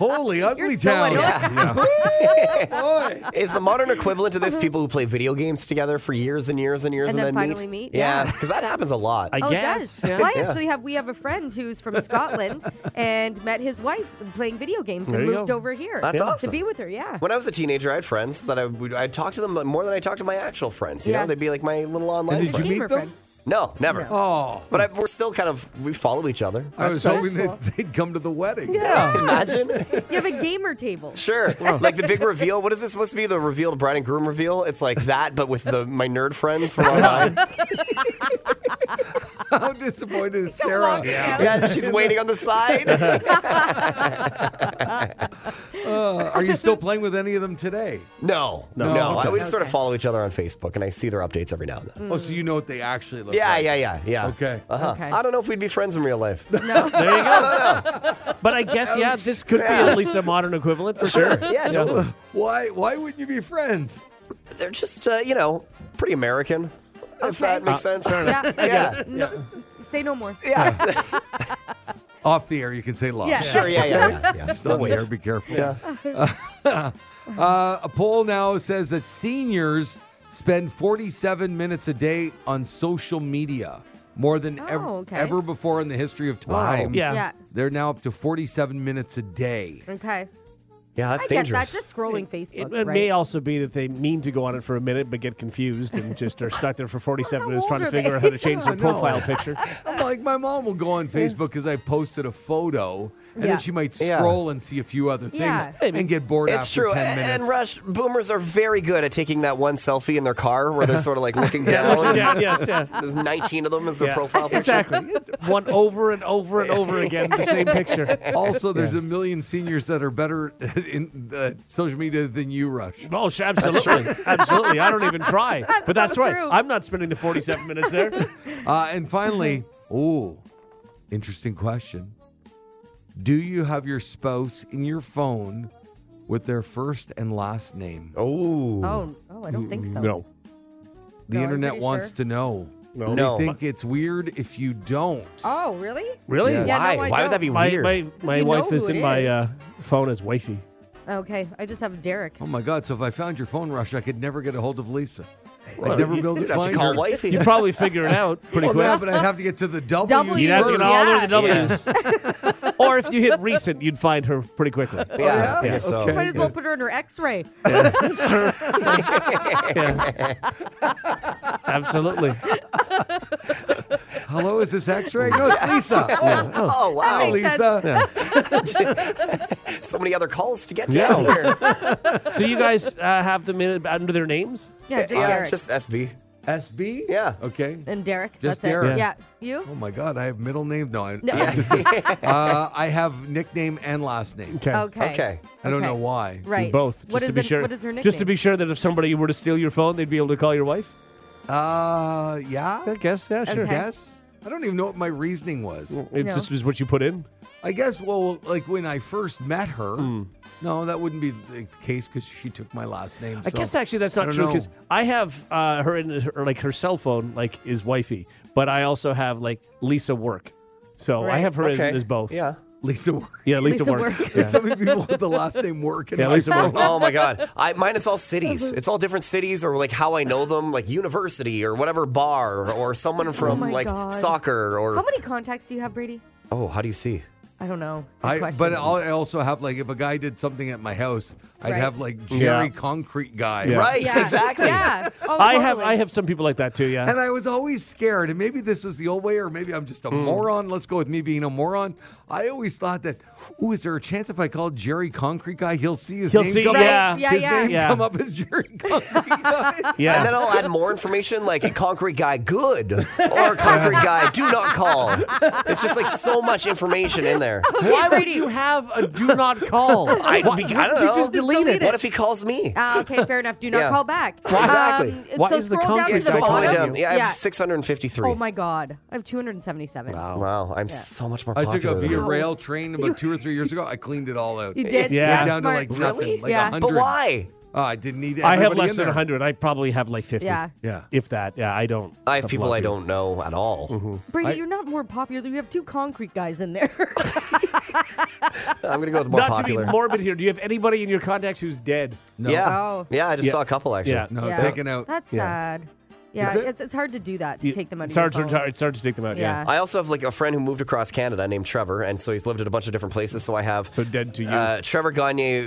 D: Oh,
B: Holy ugly
D: so
B: town.
D: annoying.
B: Boy.
E: Is the modern equivalent to this people who play video games together for years and years and years
D: And
E: and,
D: then
E: then,
D: finally meet?
E: Yeah,
D: Yeah.
E: because that happens a lot.
C: I
D: Oh, it
C: guess.
D: does.
C: Yeah.
D: Well, I actually have. We have a friend who's from Scotland and met his wife playing video games
C: There
D: and
C: you
D: moved
C: go.
D: over here.
E: That's awesome.
D: To be with her, yeah.
E: when I was a teenager, I had friends that I would I talked to them more than I talked to my actual friends. You
D: Yeah.
E: know, they'd be like my little online
B: did you
E: friends.
B: meet
D: Gamer
B: them?
D: friends.
E: No, never.
B: Oh.
E: But I, we're still kind of we follow each other.
B: I was
D: That's
B: hoping
D: cool.
B: that they'd come to the wedding.
E: Imagine.
D: You have a gamer table.
E: Sure. Like the big reveal. What is this supposed to be? The reveal, the bride and groom reveal? It's like that, but with the my nerd friends from online.
B: How disappointed is
D: Come
B: Sarah?
D: on,
E: yeah, she's waiting on the side.
B: Uh, are you still playing with any of them today?
E: No,
C: No.
E: no.
C: Okay.
E: I, we sort of
D: Okay. Mm.
E: follow each other on Facebook, and I see their updates every now and then.
B: Oh, so you know what they actually look
E: Yeah,
B: like.
E: yeah, yeah, yeah.
B: Okay.
E: Uh-huh.
D: Okay.
E: I don't know if we'd be friends in real life.
D: No.
C: There you go. But I guess, yeah, this could be at least a modern equivalent for sure.
E: yeah, totally.
B: Why why wouldn't you be friends?
E: They're just, uh, you know, pretty American. If that
C: Uh,
E: makes sense.
D: Yeah.
E: Yeah.
D: No, Say no more.
E: Yeah.
B: Off the air, you can say love.
D: Yeah.
E: sure. Yeah. Yeah. Yeah. yeah.
B: Just on the air, be careful.
E: Yeah.
B: Uh, a poll now says that seniors spend 47 minutes a day on social media. more than ever,
D: Oh, okay.
B: ever before in the history of time.
C: Yeah.
D: Yeah.
B: They're now up to 47 minutes a day.
D: Okay.
E: Yeah, that's
D: I get
E: dangerous.
D: that. Just scrolling
C: It,
D: Facebook.
C: it
D: right?
C: may also be that they mean to go on it for a minute but get confused and just are stuck there for 47
D: How
C: minutes trying to
D: old are
C: figure out
D: they?
C: how to change their
B: Yeah, I know.
C: profile picture.
B: I'm like, my mom will go on Facebook because I posted a photo, and
D: Yeah.
B: then she might
E: Yeah.
B: scroll and see a few other things
D: Yeah.
B: and get bored
E: It's
B: after
E: true.
B: 10 minutes.
E: And Rush, boomers are very good at taking that one selfie in their car where they're sort of like looking down.
C: Looking down, yes, yeah.
E: There's 19 of them as their
C: yeah.
E: profile picture.
C: Exactly. One over and over and over again, the same picture.
B: Also, there's a million seniors that are better in the social media than you, Rush.
C: Oh, sh- absolutely. Absolutely. I don't even try. but that's
D: so
C: right.
D: true.
C: I'm not spending the 47 minutes there.
B: Uh, and finally, ooh, interesting question. Do you have your spouse in your phone with their first and last name?
E: Oh.
D: Oh, oh, I don't think so.
C: No.
B: the
D: no, I'm
B: internet
D: pretty
B: wants
D: sure.
B: to know.
C: No.
E: No.
B: They think it's weird if you don't.
D: Oh, really?
C: Really?
B: Yeah.
D: Yeah,
E: Why?
D: no,
E: Why
D: I don't.
E: would that be
C: My,
E: weird?
C: my, my
D: you know
C: wife
D: who
C: is
D: it
C: in my
D: is.
C: uh, phone as wifey.
D: Okay. I just have Derek.
B: Oh my God! So if I found your phone, Rush, I could never get a hold of Lisa. I'd never be able to
E: You'd have
B: find
E: to call
B: her.
E: wifey.
C: You probably figure it out pretty
B: Well,
C: quick.
B: yeah, but I'd have to get to the W.
D: W
C: You'd have to
D: Sure.
C: get all over the
E: Yeah.
C: W's. or if you hit recent, you'd find her pretty quickly.
E: yeah,
B: yeah?
E: I guess so.
B: Okay.
D: Might as well put her in her X-ray.
C: Absolutely.
B: Hello, is this X-ray? No, it's Lisa. Oh,
E: Oh,
B: hi,
E: wow.
B: Lisa.
E: So many other calls to get to
C: Yeah.
E: out here. Uh,
C: So you guys uh, have them in, under their names?
D: Yeah, just
E: yeah,
D: Derek.
E: just SB.
B: SB.
E: Yeah.
B: Okay.
D: and Derek.
B: Just
D: that's
B: Derek.
D: it.
B: Yeah.
D: Yeah. You?
B: Oh my God! I have middle name. No, I,
D: No.
B: I just- uh, I have nickname and last name.
C: Okay.
D: Okay.
E: Okay.
B: I don't
D: Okay.
B: know why.
D: Right.
C: Both.
D: What
C: just
D: is
C: to be
D: the-
C: sure.
D: What is her nickname?
C: Just to be sure that if somebody were to steal your phone, they'd be able to call your wife?
B: Uh, yeah.
C: I guess. Yeah,
B: I
C: sure.
B: guess. I don't even know what my reasoning was.
C: It
D: No.
C: just was what you put in.
B: I guess. Well, like when I first met her.
C: Hmm.
B: No, that wouldn't be the case because she took my last name.
C: I
B: so-
C: guess actually that's
B: I
C: not
B: don't
C: true
B: know.
C: because I have uh, her in her, like her cell phone like is wifey, but I also have like Lisa work, so I
D: Right.
C: have her
E: Okay.
C: as, as both.
E: Yeah.
B: Lisa work.
C: yeah, Lisa,
D: Lisa
C: work.
D: Work.
B: There's so many people with the last name work. And
C: Yeah, Lisa work.
E: Oh my god. I mine it's all cities. It's all different cities or like how I know them, like university or whatever bar or someone from
D: Oh my
E: like
D: God.
E: soccer or
D: How many contacts do you have, Brady?
E: Oh, how do you see?
D: I don't know. Good
B: I,
D: question.
B: but I'll- I also have like if a guy did something at my house, I'd
D: Right.
B: have like Jerry
C: Yeah.
B: Concrete Guy.
C: Yeah.
E: Right,
D: yeah.
E: exactly.
D: Yeah. Oh,
C: I have
D: totally.
C: I have some people like that too. Yeah,
B: And I was always scared, and maybe this is the old way, or maybe I'm just a moron. Let's go with me being a moron. I always thought that, ooh, is there a chance if I call Jerry Concrete Guy, he'll see his
C: He'll
B: name
C: see-
B: come
C: yeah.
B: up?
D: Yeah,
B: his
D: yeah.
B: name
C: Yeah.
B: come up as Jerry Concrete Guy.
C: yeah.
E: And then I'll add more information like a concrete guy good or a concrete guy do not call. It's just like so much information in there.
D: Oh,
C: Why would you have a do not call?
E: I,
C: Why- why
E: be- I don't
C: don't you
E: know.
C: just delete it?
E: What if he calls me?
D: Ah, okay, fair enough. Do not
E: Yeah.
D: call back.
E: Exactly.
D: Um,
C: Why
D: so
C: is the
D: scroll down to
C: contact
E: It's
D: the
C: guy
E: all the way
D: bottom.
E: down. Yeah, I
D: Yeah.
E: have 653.
D: Oh my God, I have 277.
E: Wow, wow I'm so much more
B: I
E: popular.
B: took a
E: than
B: Via
E: that.
B: Rail train about two or three years ago. I cleaned it all out.
D: You did?
B: Got
C: Yeah. Yeah,
B: down
D: smart.
B: to like nothing,
E: Really?
B: like
D: Yeah.
B: a hundred.
E: But why?
B: Oh, I didn't need.
C: I have
B: everybody
C: less
B: in
C: than
B: there.
C: hundred. I probably have like fifty.
D: Yeah.
B: Yeah.
C: if that. Yeah, I don't.
E: I have
C: a
E: people
C: lot
E: I
C: of people.
E: don't know at all.
D: Brady,
B: I-
D: you're not more popular. You have two concrete guys in there.
E: I'm going to go with more
C: Not
E: popular.
C: to be morbid here. Do you have anybody in your contacts who's dead?
B: No.
E: Yeah.
D: Oh.
E: Yeah, I just
C: Yeah.
E: saw a couple actually.
C: Yeah.
B: No,
D: Yeah.
B: taken Oh, out.
D: That's
C: Yeah.
D: sad. Yeah,
B: Is it?
D: it's it's hard to do that to
C: You-
D: take them out.
C: It's
D: of your
C: hard, to,
D: phone.
C: it's hard to take them out.
D: Yeah.
C: Yeah.
E: I also have like a friend who moved across Canada named Trevor, and so he's lived at a bunch of different places. So I have
C: So dead to you.
E: uh, Trevor Gagne,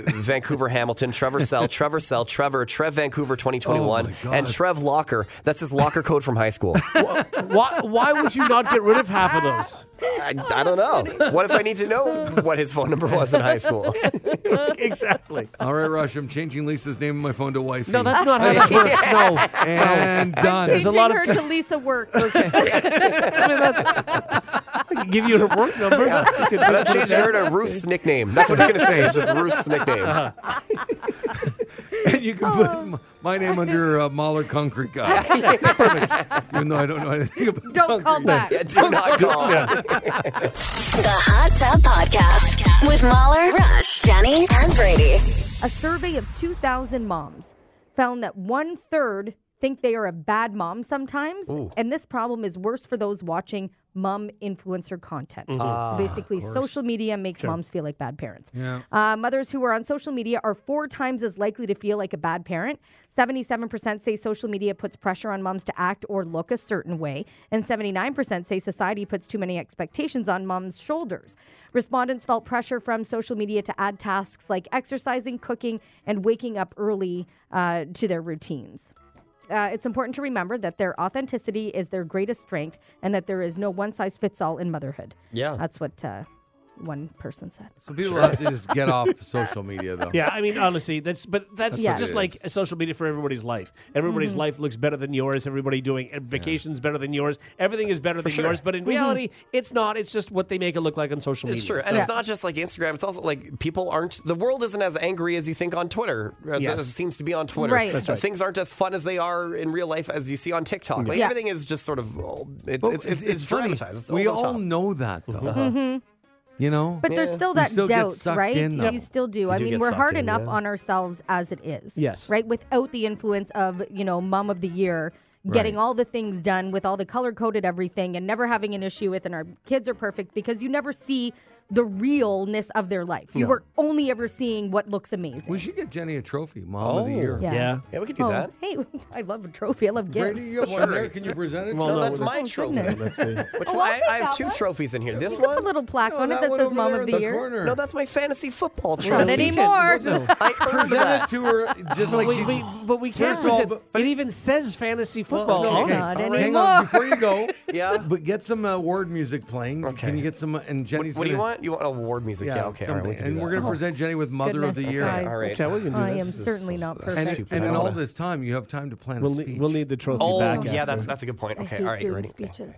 E: Vancouver Hamilton, Trevor Sell, Trevor Sell, Trevor, Trev Vancouver 2021,
B: Oh my
E: and
B: God.
E: Trev Locker. That's his locker code from high school.
C: why, why would you not get rid of half of those?
E: I, I don't know. What if I need to know what his phone number was in high school?
C: exactly.
B: All right, Rush. I'm changing Lisa's name on my phone to wifey.
C: No, that's not how that works. No.
B: and done.
C: There's a
D: Changing
C: lot of
D: her to Lisa Work.
C: I mean, that's- I can give you her work number.
E: And I'm changing her to Ruth's nickname. That's what it's going to say. It's just Ruth's nickname.
B: And you can put
D: Oh.
B: m- my name under uh, Mahler Concrete Guy. Even though I don't know anything about
D: Don't call
B: concrete.
D: back.
E: Yeah, do not call.
A: The Hot Tub Podcast with Mahler, Rush, Jenny, and Brady.
D: A survey of 2,000 moms found that one third think they are a bad mom sometimes, and this problem is worse for those watching mom influencer content. so basically, social media makes moms feel like bad parents.
B: Yeah.
D: Uh, mothers who are on social media are four times as likely to feel like a bad parent. 77% say social media puts pressure on moms to act or look a certain way, and 79% say society puts too many expectations on moms' shoulders. Respondents felt pressure from social media to add tasks like exercising, cooking, and waking up early uh, to their routines. Uh, it's important to remember that their authenticity is their greatest strength and that there is no one size fits all in motherhood.
E: Yeah.
D: That's what uh, one person said.
B: So people have to just get off social media, though.
C: Yeah, I mean, honestly, that's but that's
D: That's what
C: just
B: it
C: like social media for everybody's life. Everybody's life looks better than yours. Everybody doing and vacations better than yours. Everything is better than yours. But in reality, it's not. It's just what they make it look like on social
E: It's
C: media.
E: true.
C: So-
E: And it's not just like Instagram. It's also like people aren't, the world isn't as angry as you think on Twitter, as
C: Yes.
E: it seems to be on Twitter.
D: Right. That's
C: right.
E: Things aren't as fun as they are in real life as you see on TikTok. Like
D: Yeah.
E: everything is just sort of, oh, it's,
B: But
E: it's, it's, it's
B: funny.
E: dramatized. It's Uh-huh.
B: we
E: over the
B: all
E: top.
B: know that, though. You know,
D: Mm-hmm. But there's still
B: We
D: that
B: still get
D: doubt,
B: sucked
D: right?
B: in, though.
D: you still do. I
E: do
D: mean,
E: get
D: we're
E: sucked
D: hard
E: in,
D: enough
E: yeah.
D: on ourselves as it is.
C: Yes.
D: Right? Without the influence of, you know, mom of the year, getting
B: Right.
D: all the things done with all the color coded everything and never having an issue with, and our kids are perfect because you never see the realness of their life. You were only ever seeing what looks amazing.
B: we should get Jenny a trophy, Mom of the
E: Oh.
B: Year.
D: Yeah.
C: yeah.
E: Yeah, we could do
D: Oh,
E: that.
D: Hey, I love a trophy. I love
B: Brady,
D: gifts.
B: you have one there. Can you present it? to
C: Well,
B: her?
E: No,
C: no,
E: that's
C: that's-
E: my
D: Oh,
E: trophy.
D: goodness.
C: Let's see.
E: Which
D: I'll
E: one, I,
D: take
E: I have
D: that
E: two
D: one.
E: trophies in here. This
D: You put a
E: one?
D: little plaque
B: No,
D: on it
B: that
D: that
B: one
D: says
B: over
D: Mom
B: there
D: of
B: in
D: the,
B: the
D: Year.
B: corner.
E: No, that's my fantasy football trophy.
D: Not anymore.
E: I earned
B: Present it
E: that.
B: to her just like
C: We,
B: she's
C: we, but we can't
B: First of all,
C: present.
B: but-
C: But it even says fantasy football.
E: no,
C: on
E: okay.
C: it.
D: Not
B: All right, Hang on,
D: anymore.
B: before you go,
E: Yeah.
B: but get some uh, word music playing.
E: Okay.
B: Can you get some? uh, And
E: What,
B: Jenny's.
E: what do you
B: gonna-
E: want? You want award music? Yeah, okay. all right,
B: something.
E: we can do
B: and
E: that.
B: we're going to present Jenny with Mother of the
D: Oh. goodness,
B: Year.
D: guys.
E: all right.
C: Okay, we can do
D: I am
C: this.
D: certainly not
B: And,
D: perfect.
B: and
D: at
B: in
D: all.
B: all this time, you have time to plan
C: We'll
B: a
C: need,
B: speech.
C: we'll need the trophy
E: Oh,
C: back.
E: yeah,
C: after.
E: that's that's a good point.
D: I
E: Okay,
D: hate
E: all right,
D: doing
E: you ready?
D: speeches.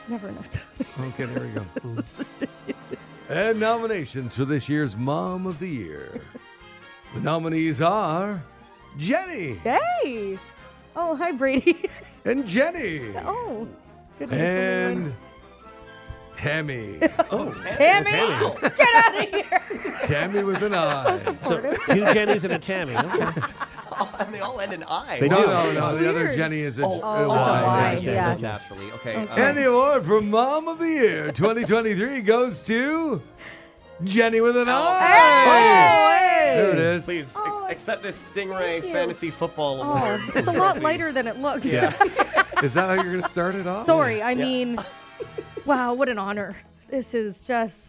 D: It's never enough time.
B: Okay, there we go. Mm. and nominations for this year's Mom of the Year. The nominees are Jenny
D: Hey! Oh, hi, Brady.
B: and Jenny
D: Oh, goodness.
B: and Tammy.
D: Tammy,
E: Oh,
D: get out of here.
B: Tammy with an I.
C: So, two Jennies and a Tammy. Okay.
E: Oh, and they all end in I.
C: They
E: Wow.
B: No, no,
C: do.
B: no. The other
D: Weird.
B: Jenny is a,
E: Oh,
B: a
D: Oh,
B: Y.
D: that's a Y.
E: okay,
D: yeah.
E: okay, Naturally. Okay. uh,
B: And the award for Mom of the Year 2023 goes to Jenny with an I. There it is.
E: Please ac-
D: Oh,
E: accept this Stingray
D: you.
E: fantasy football. award.
D: Oh, it's a lot lighter than it looks.
E: Yeah.
B: Is that how you're going to start it off?
D: Sorry, I mean, wow, what an honor. This is just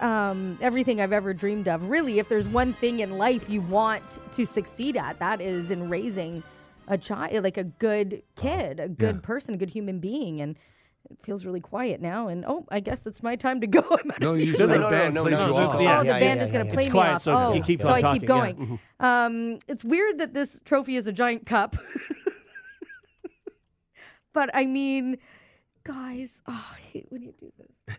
D: um, everything I've ever dreamed of. Really, if there's one thing in life you want to succeed at, that is in raising a child, like a good kid, a good
B: Yeah.
D: person, a good human being. And it feels really quiet now. And oh, I guess it's my time to go. I'm out
B: No,
D: of here.
B: usually
E: No,
B: the
E: no, no,
B: band
E: no,
B: plays you
E: no, no,
B: off.
E: no.
D: Oh,
E: Yeah,
D: the
E: yeah,
D: band
E: yeah,
D: is going to
E: yeah.
D: play
C: It's
D: me
C: quiet,
D: off.
C: so
D: oh,
C: you keep
D: so
C: on
D: I keep
C: talking, yeah. Mm-hmm.
D: going. Um, it's weird that this trophy is a giant cup. but I mean, guys, oh, I hate when you do this.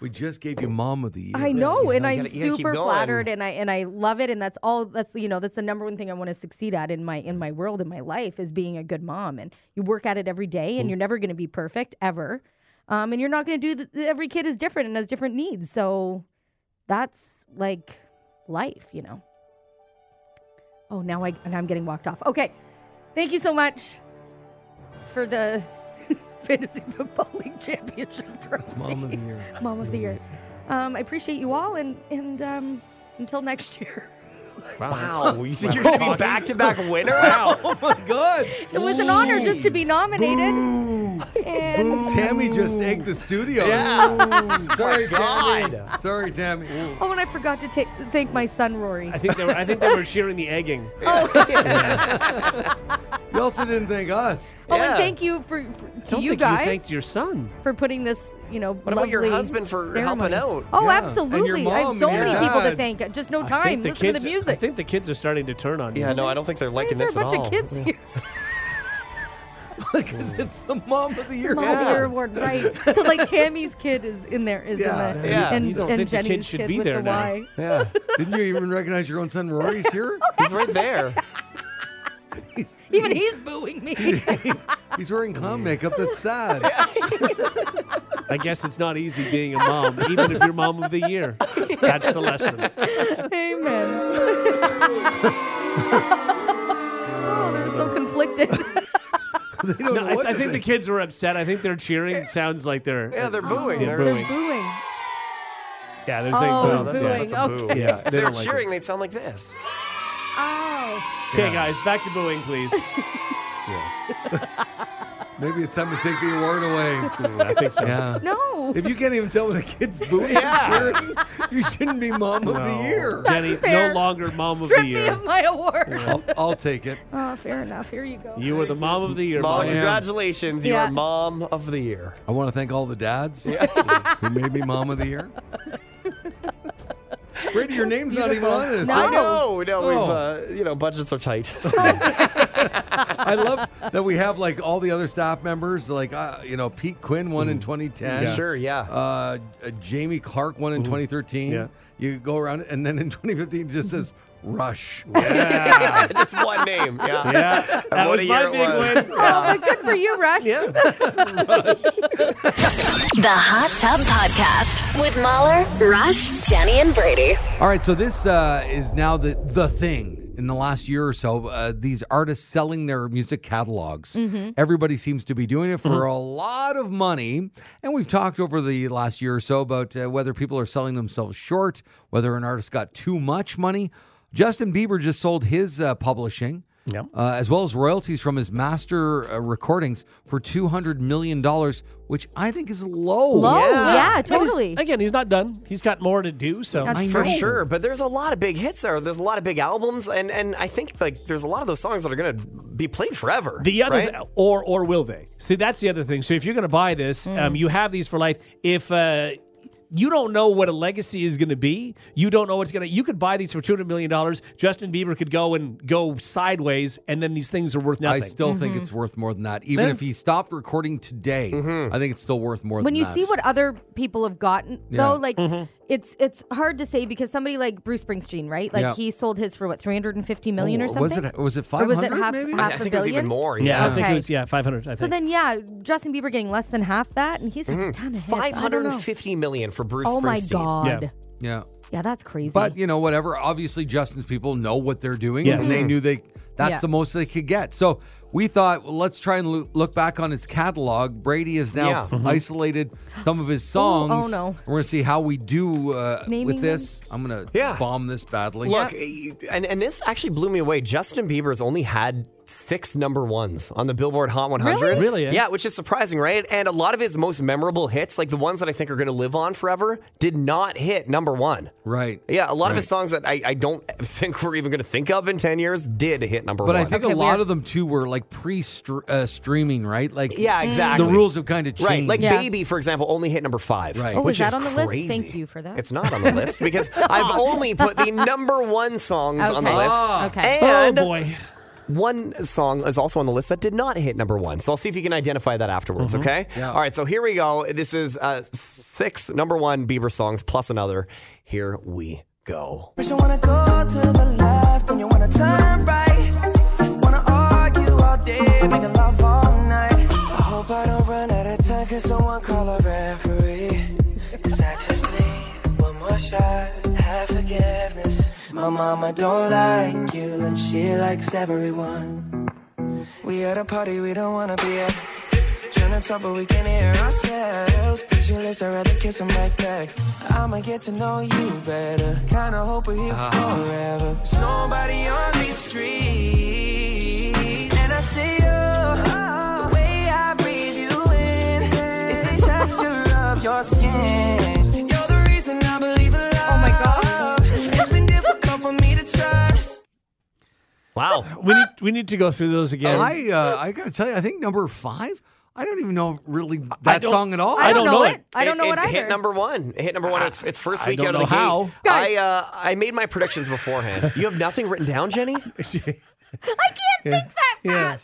B: We just gave you Mom of the Year.
D: I know, and
E: you
D: I'm
E: gotta- you gotta keep
D: super
E: going.
D: flattered, and I and I love it, and that's all. That's you know, that's the number one thing I want to succeed at in my in my world in my life is being a good mom, and you work at it every day, and you're never going to be perfect ever, um, and you're not going to do. The, every kid is different and has different needs, so that's like life, you know. Oh, now I and I'm getting walked off. Okay, thank you so much for the fantasy football league championship trophy.
B: It's Mom of the Year.
D: Mom of the Year. Um, I appreciate you all, and and um, until next year.
E: Wow. You think you're going to be back to back winner? Wow.
B: Good.
D: It was an honor just to be nominated. And
B: Tammy just egged the studio.
E: Yeah. Oh
B: Sorry,
E: My God.
B: Tammy. Sorry, Tammy.
D: oh, and I forgot to ta- thank my son Rory.
C: I think they were, I think they were cheering the egging.
B: You also didn't thank us.
D: Oh,
E: Yeah.
D: and thank you for, for to
C: I don't
D: you
C: think
D: guys
C: you thanked your son.
D: for putting this, you know, what
E: about your husband for helping out?
D: Oh,
B: Yeah. And your
D: absolutely! I
B: mom
D: have so
B: and your
D: many people to
B: dad.
D: thank. Just no
C: I
D: time.
C: think the
D: Listen to the
C: kids- I
D: music.
C: think the kids are starting to turn on you.
E: Yeah, no, I don't think they're liking
D: These are a
E: this at
D: bunch
E: all.
D: of kids here.
B: Because it's the Mom of the Year.
D: Mom
B: award.
D: Year Award, right? So like Tammy's kid is in there, is
B: Yeah.
D: in the
E: Yeah.
D: and,
C: You don't
D: and
C: think the kid
D: Jenny's
C: should be
D: with
C: there
D: the
C: now.
D: Y.
B: Yeah. Didn't you even recognize your own son Rory's here?
E: He's right there.
D: Even he's booing me.
B: He's wearing clown makeup. That's sad.
C: I guess it's not easy being a mom, even if you're mom of the year. That's the lesson.
D: Amen. oh, they're so conflicted.
B: they don't know
C: No,
B: what
C: I, I
B: to
C: think the
B: think.
C: kids were upset. I think their cheering sounds like they're
E: Yeah, they're booing.
C: They're
D: They're
C: booing.
D: booing.
C: yeah, they're saying
D: Oh,
C: boo.
E: a-
D: it's booing.
E: that's a boo.
D: Okay.
C: Yeah,
E: If
C: they
E: they were
C: don't like
E: cheering, they'd sound like this.
D: Oh.
C: Okay, guys, back to booing, please.
B: Maybe it's time to take the award away.
C: I think so.
B: yeah.
D: No.
B: If you can't even tell when a kid's booty
E: Yeah.
B: cheering, you shouldn't be mom of
C: No.
B: the year.
C: Jenny,
D: fair.
C: no longer mom of
D: Strip
C: the
D: me
C: year.
D: of my award.
B: I'll, I'll take it.
D: Oh, fair enough. Here you go.
C: You were the mom of the year,
E: Mom,
C: Molly.
B: yeah.
E: congratulations. You
D: Yeah.
E: are mom of the year.
B: I want to thank all the dads who made me mom of the year. Brady, your name's not even on this.
D: No.
E: I know. No,
B: Oh.
E: we've, uh, you know, budgets are tight.
B: I love that we have like all the other staff members, like uh, you know Pete Quinn won in 2010.
E: Sure, Mm. yeah. Mm-hmm.
B: Uh, uh, Jamie Clark won in 2013.
C: Yeah.
B: You go around, and then in 2015 it just says Rush.
E: Just one name. Yeah.
C: Yeah, that
E: what
C: was
E: a
C: my
E: year it
C: big
E: was.
C: win.
D: Oh, but good for you, Rush.
A: The Hot Tub Podcast with Mahler, Rush, Jenny, and Brady.
B: All right, so this uh, is now the the thing in the last year or so. Uh, these artists selling their music catalogs.
E: Mm-hmm.
B: Everybody seems to be doing it for a lot of money, and we've talked over the last year or so about uh, whether people are selling themselves short, whether an artist got too much money. Justin Bieber just sold his uh, publishing.
C: Yep.
B: Uh, as well as royalties from his master uh, recordings for $200 million, which I think is low.
D: Low.
E: Yeah.
D: Oh, Yeah,
C: But he's-
D: totally.
C: Again, he's not done. He's got more to do. So
D: That's
B: I
E: For
B: know.
E: sure, but there's a lot of big hits there. There's a lot of big albums, and and I think like there's a lot of those songs that are gonna be played forever.
C: The other,
E: right?
C: th- or or will they? See, that's the other thing. So if you're going to buy this,
D: Mm.
C: um, you have these for life. If uh, you don't know what a legacy is going to be, you don't know what's going to. You could buy these for two hundred million dollars. Justin Bieber could go and go sideways, and then these things are worth nothing.
B: I still
D: Mm-hmm.
B: think it's worth more than that. Even
C: Yeah.
B: if he stopped recording today,
E: Mm-hmm.
B: I think it's still worth more
D: when
B: than
D: you
B: that.
D: see what other people have gotten
B: Yeah.
D: though like it's it's hard to say because somebody like bruce springsteen right like
B: Yeah.
D: he sold his for what 350 million
B: Oh,
D: or
B: was
D: something
B: it- was it
D: Or was
B: 500
D: half,
B: maybe?
D: half
E: I
D: a
E: think it was
D: billion
E: even more.
C: yeah, I think it
D: Okay.
C: was yeah five hundred. I
D: so
C: think.
D: then yeah justin bieber getting less than half that and he's a ton of hits.
E: Five
D: I don't know.
E: hundred and fifty million for Bruce
D: oh
E: Springsteen.
D: my god
C: Yeah.
D: yeah.
B: yeah.
D: that's crazy
B: But you know, whatever. Obviously, Justin's people know what they're doing,
C: Yes.
B: and they knew they that's
D: Yeah.
B: the most they could get. So we thought, well, let's try and loo- look back on his catalog. Brady has now
E: Yeah. Mhm.
B: isolated some of his songs.
D: oh, no.
B: We're gonna see how we do uh,
D: Naming
B: with this. I'm gonna
E: Yeah.
B: bomb this badly.
E: Look, eh, and and this actually blew me away. Justin Bieber's only had six number ones on the Billboard Hot 100.
C: Really? Really, eh?
E: Yeah. which is surprising, right? And a lot of his most memorable hits, like the ones that I think are going to live on forever, did not hit number one.
B: right.
E: Yeah, a lot of his songs that I, I don't think we're even going to think of in 10 years did hit number
B: But
E: one.
B: I think a lot of them too were like pre-streaming, right? Like
E: Yeah, exactly.
B: The rules have kind of changed.
E: Right, like
D: Yeah.
E: Baby, for example, only hit number five.
B: Right.
D: Oh, was
E: which
D: that
E: is
D: on the list?
E: crazy.
D: Thank you for that.
E: It's not on the list because I've only put the number one songs on the
D: Okay.
E: list.
D: Ah. Okay.
C: oh
E: And
C: boy,
E: one song is also on the list that did not hit number one. So I'll see if you can identify that afterwards, okay?
B: Mm-hmm. Yeah.
E: All right, so here we go. This is uh, six number one Bieber songs plus another. Here we go.
G: First you wanna go to the left, then you wanna turn right. Wanna argue all day, making love all night. I hope I don't run out of time, cause someone call a referee. Cause I just need one more shot, have forgiveness. My mama don't like you, and she likes everyone. We at a party we don't wanna be at. Trying to talk, but we can hear ourselves. Pictureless, I'd rather kiss him right back. I'ma get to know you better. Kinda hope we're here forever. There's nobody on these streets. And I see you. The way I breathe you in is the texture of your skin. You're the reason I believe in love. Oh my god. It's been difficult for me to trust.
E: Wow.
C: we need we need to go through those again.
B: I uh, I gotta tell you, I think number five. I don't even know really
C: I
B: that
C: don't-
B: song at all.
C: I don't know it.
D: i don't know
E: it,
D: what
E: it
D: i
E: hit
D: heard
E: number one. It hit number one. It's, its first
C: I
E: week
C: don't
E: out of
C: know
E: the
C: how.
E: gate. I uh, I made my predictions beforehand. You have nothing written down, Jenny?
C: yeah,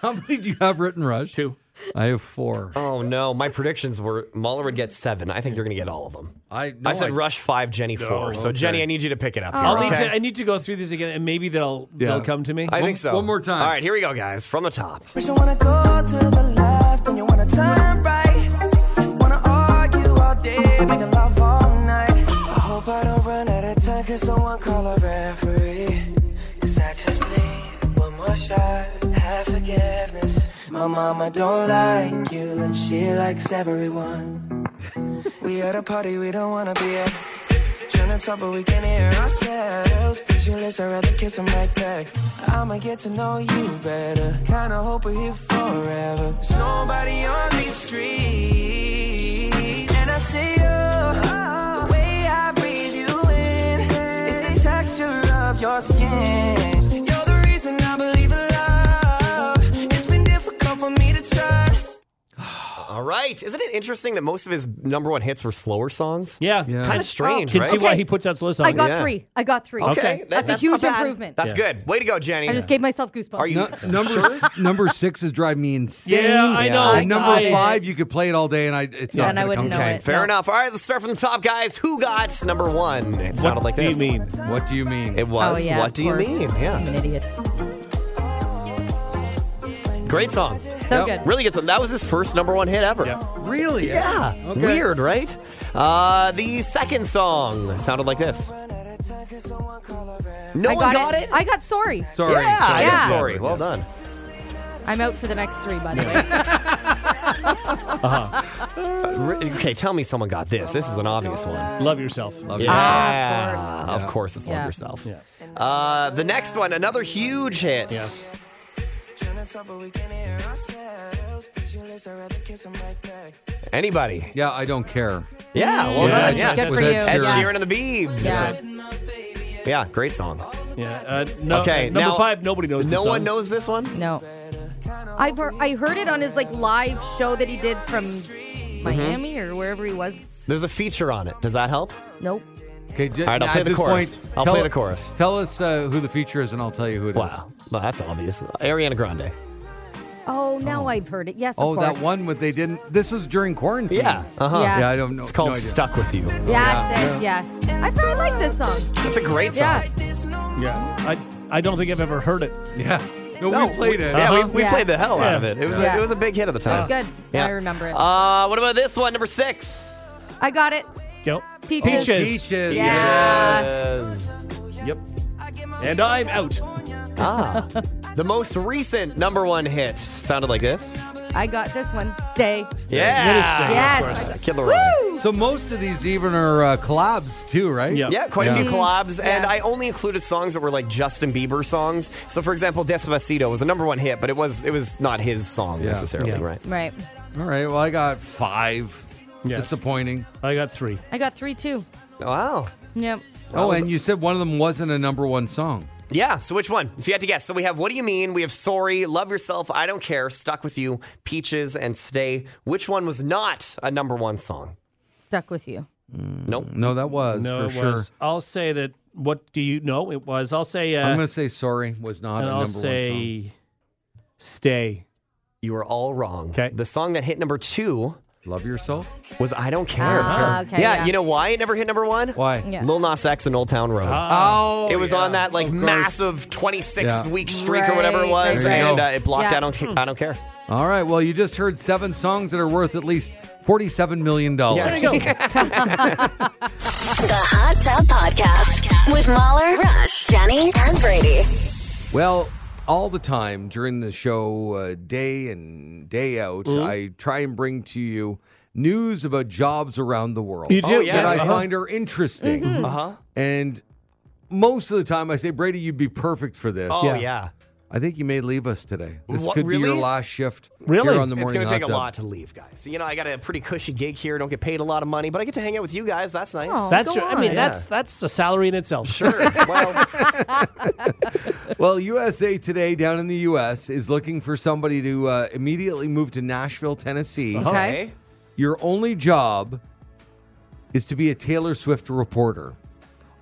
B: How many do you have written, Rush?
C: two.
B: I have four.
E: Oh no, my predictions were Mahler would get seven. I think you're gonna get all of them.
B: I no,
E: I said Rush five, Jenny four. So
B: okay.
E: Jenny, I need you to pick it up.
C: I'll
E: Here,
C: need to, I
E: okay?
C: need to go through these again, and maybe they'll
B: Yeah.
C: they'll come to me.
E: I think so.
B: one more time.
E: All right, here we go, guys. From the top.
G: First you wanna go to the left, then you wanna turn right. Wanna argue all day, making love all night. I hope I don't run out of time, cause someone call a referee. Cause I just need one more shot, have forgiveness. My mama don't like you, and she likes everyone. we at a party we don't wanna be at. Trying to talk, but we can't hear ourselves. Pictureless, I'd rather kiss 'em right back. I'ma get to know you better. Kinda hope we're here forever. There's nobody on these streets. And I see you. The way I breathe you in is the texture of your skin. You're the reason I believe in love. It's been difficult for me to trust.
E: All right. Isn't it interesting that most of his number one hits were slower songs?
C: Yeah.
E: Kind of strange,
C: Can
E: right?
C: see why he puts out slow songs.
D: I got
E: Yeah.
D: three. I got three.
E: Okay,
C: Okay.
E: that-
D: That's, a
E: not
D: huge
E: bad.
D: improvement.
E: That's good. Way to go, Jenny.
D: I just gave myself goosebumps.
E: Are you
B: No, number number six is driving me insane.
C: Yeah, I know.
B: And number
C: I-
B: five, you could play it all day, and I it's
D: Yeah,
B: not
D: and I
B: gonna
D: wouldn't
B: come
D: know
B: okay.
D: it.
E: Fair
D: No.
E: enough. All right, let's start from the top, guys. Who got number one? It sounded like
C: do you
E: this.
C: mean?
B: What do you mean?
E: It was.
D: Oh, yeah,
E: what
D: of
E: do you
D: course.
E: mean?
D: I'm
E: Yeah.
D: an idiot.
E: Great song.
D: So
B: Yep.
D: good.
E: Really good song. That was his first number one hit ever.
C: Yeah.
B: really?
E: Yeah.
B: Okay.
E: Weird, right? Uh, the second song sounded like this. No
D: I
E: one
D: got,
E: got
D: it.
E: it.
D: I got sorry.
B: Sorry.
E: Yeah,
B: sorry.
E: I am
D: Yeah.
E: sorry. Well done.
D: I'm out for the next three, by the way.
E: R- Okay, tell me someone got this. This is an obvious one.
C: Love yourself.
E: Yeah,
D: Ah,
E: of course it's love
D: Yeah.
E: yourself. Uh, the next one, another huge hit.
C: Yes.
G: Tryna talk, but we can't hear ourselves. Pictureless, I'd rather kiss 'em right back.
E: Anybody?
B: Yeah, I don't care.
E: Yeah, well
C: Yeah,
E: done.
C: it's
E: Yeah,
D: Good for
B: Was
D: you.
B: Ed
E: Ed
B: Yeah.
E: Sheeran and the Biebs.
D: Yeah.
E: Yeah, great song.
C: Yeah. Uh, no,
E: Okay,
C: Number
E: now-
C: five. Nobody knows.
E: No
C: this
E: one
C: song.
E: knows this one.
D: No. I've heard, I heard it on his like live show that he did from
E: Mm-hmm.
D: Miami or wherever he was.
E: There's a feature on it. Does that help?
D: Nope.
B: Okay, j-
E: All right, I'll
B: at
E: play the
B: this
E: chorus.
B: point,
E: I'll
B: tell-
E: play the chorus.
B: Tell us uh, who the feature is, and I'll tell you who it is.
E: Wow, well, that's obvious. Ariana Grande.
D: Oh, now I've heard it. Yes,
B: Oh,
D: of course.
B: that one with they didn't. This was during quarantine.
E: Yeah. Uh huh.
D: Yeah.
B: Yeah, I don't know.
E: It's called
B: no idea.
E: Stuck with You.
D: That's it. Yeah. I really like this song.
E: That's a great song.
D: Yeah.
C: Yeah. I I don't think I've ever heard it.
B: Yeah. No,
E: No,
B: we played it.
E: Yeah,
C: Uh-huh.
E: we, we
D: Yeah.
E: played the hell out of
C: Yeah.
E: it. It was
D: Yeah.
E: a, it was a big hit at the time.
D: It's good.
E: Yeah.
D: I remember it.
E: Uh, what about this one, number six?
D: I got it.
C: Go.
D: Peaches.
B: Peaches.
D: Yeah.
E: Yes.
C: Yep. And I'm out.
E: Ah, the most recent number one hit sounded like this.
D: I got this one. Stay.
E: Yeah.
C: Minister.
D: Yes.
E: Killer Ryan.
B: So most of these even are uh, collabs too, right?
C: Yeah.
E: Yeah, quite a
B: Yeah.
E: few collabs, and
D: Yeah.
E: I only included songs that were like Justin Bieber songs. So, for example, Despacito was a number one hit, but it was it was not his song
B: Yeah.
E: necessarily,
B: Yeah.
E: right?
D: Right.
B: All right. Well, I got five.
C: Yes.
B: Disappointing.
C: I got three.
D: I got three too.
E: Wow.
D: Yep.
B: Oh, and you said one of them wasn't a number one song.
E: Yeah. So, which one? If you had to guess, so we have "What Do You Mean," we have "Sorry," "Love Yourself," "I Don't Care," "Stuck with You," "Peaches," and "Stay." Which one was not a number one song?
D: Stuck with you.
E: Nope.
B: No, that was
C: No,
B: for
C: it
B: sure.
C: was. I'll say that. What do you know? It was. I'll say. Uh,
B: I'm gonna say sorry was not
C: and
B: a
C: I'll
B: number one song.
C: say. Stay.
E: You are all wrong.
C: 'Kay.
E: The song that hit number two
B: Love yourself.
E: was "I Don't Care."
D: Ah, okay,
E: yeah,
D: yeah.
E: You know why it never hit number one?
B: Why?
D: Yeah.
E: Lil Nas X and "Old Town Road."
B: Oh,
E: It was
B: yeah,
E: on that like
B: of course.
E: massive 26
B: Yeah.
E: week streak or whatever it
D: Right,
E: was,
B: right,
E: and
B: right.
E: uh, it blocked.
D: Yeah.
E: I don't. I don't care.
B: All right. Well, you just heard seven songs that are worth at least forty-seven million dollars.
E: Yeah. There you go.
A: The Hot Tub Podcast with Mahler, Rush, Jenny, and Brady.
B: Well, all the time during the show, uh, day in, day out,
E: Mm-hmm.
B: I try and bring to you news about jobs around the world
C: You do.
E: Oh, yeah.
B: that I
E: Uh-huh.
B: find are interesting.
E: Uh
D: Uh-huh.
E: huh.
B: And most of the time, I say, Brady, you'd be perfect for this.
E: Oh yeah.
B: I think you may leave us today. This
E: What,
B: could be your
E: really?
B: last shift
C: Really?
B: here on the
E: It's
B: morning
E: gonna take
B: hot
E: a
B: tub.
E: lot to leave, guys. You know, I got a pretty cushy gig here. Don't get paid a lot of money, but I get to hang out with you guys. That's nice.
D: Oh.
C: That's
D: go
C: true. I mean,
D: on.
C: that's that's a salary in itself.
E: Sure. well,
B: Well, USA Today down in the U.S. is looking for somebody to uh, immediately move to Nashville, Tennessee.
E: Uh-huh. okay.
B: Your only job is to be a Taylor Swift reporter.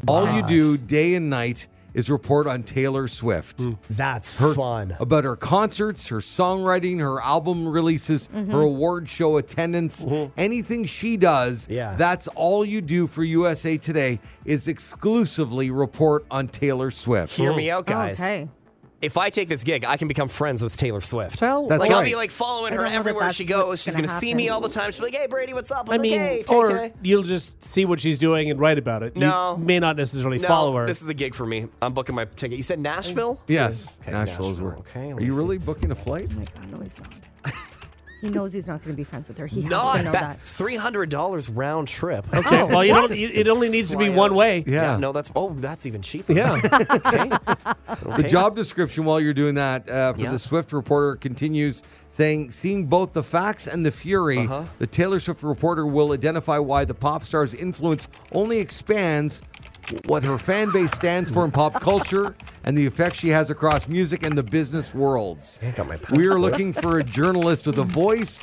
B: All you do day and night is report on Taylor Swift.
E: Hmm. That's fun.
B: About her concerts, her songwriting, her album releases,
E: Mm-hmm.
B: her award show attendance, anything she does,
E: Yeah.
B: that's all you do for USA Today is exclusively report on Taylor Swift.
E: Hear me out, guys.
D: Oh, Okay.
E: if I take this gig, I can become friends with Taylor Swift.
D: Well,
B: That's
E: like
B: right.
E: I'll be like following
D: I
E: her
D: don't know that
E: everywhere
D: that's
E: she goes.
D: what's
E: She's
D: gonna
E: gonna, see me
D: happen.
E: all the time. She's like, "Hey, Brady, what's up?" I'm
C: I
E: like,
C: mean,
E: "Hey, Tay
C: or
E: Tay."
C: you'll just see what she's doing and write about it.
E: No.
C: you may not necessarily
E: No,
C: follow her.
E: This is the gig for me. I'm booking my ticket. You said Nashville?
B: Yes,
E: Okay,
B: Nashville's
E: Nashville.
B: work.
E: Okay,
B: Are
E: let
B: you
E: me
B: really booking a flight?
D: Oh my God, no, he's not. he knows he's not going to be friends with her. He has to
E: Not
D: know
E: that.
D: that.
E: Three hundred dollars round trip.
C: okay,
D: Oh,
C: well, you don't, you, it only needs to be
E: Fly
C: one
E: out.
C: way.
B: Yeah.
E: No, that's oh, that's even cheaper.
C: Yeah.
E: Okay.
B: The
E: Okay.
B: job description while you're doing that uh, for
E: Yeah.
B: the Swift reporter continues saying, seeing both the facts and the fury,
E: Uh-huh.
B: the Taylor Swift reporter will identify why the pop star's influence only expands what her fan base stands for in pop culture and the effect she has across music and the business worlds.
E: I got my passport.
B: We are looking for a journalist with a voice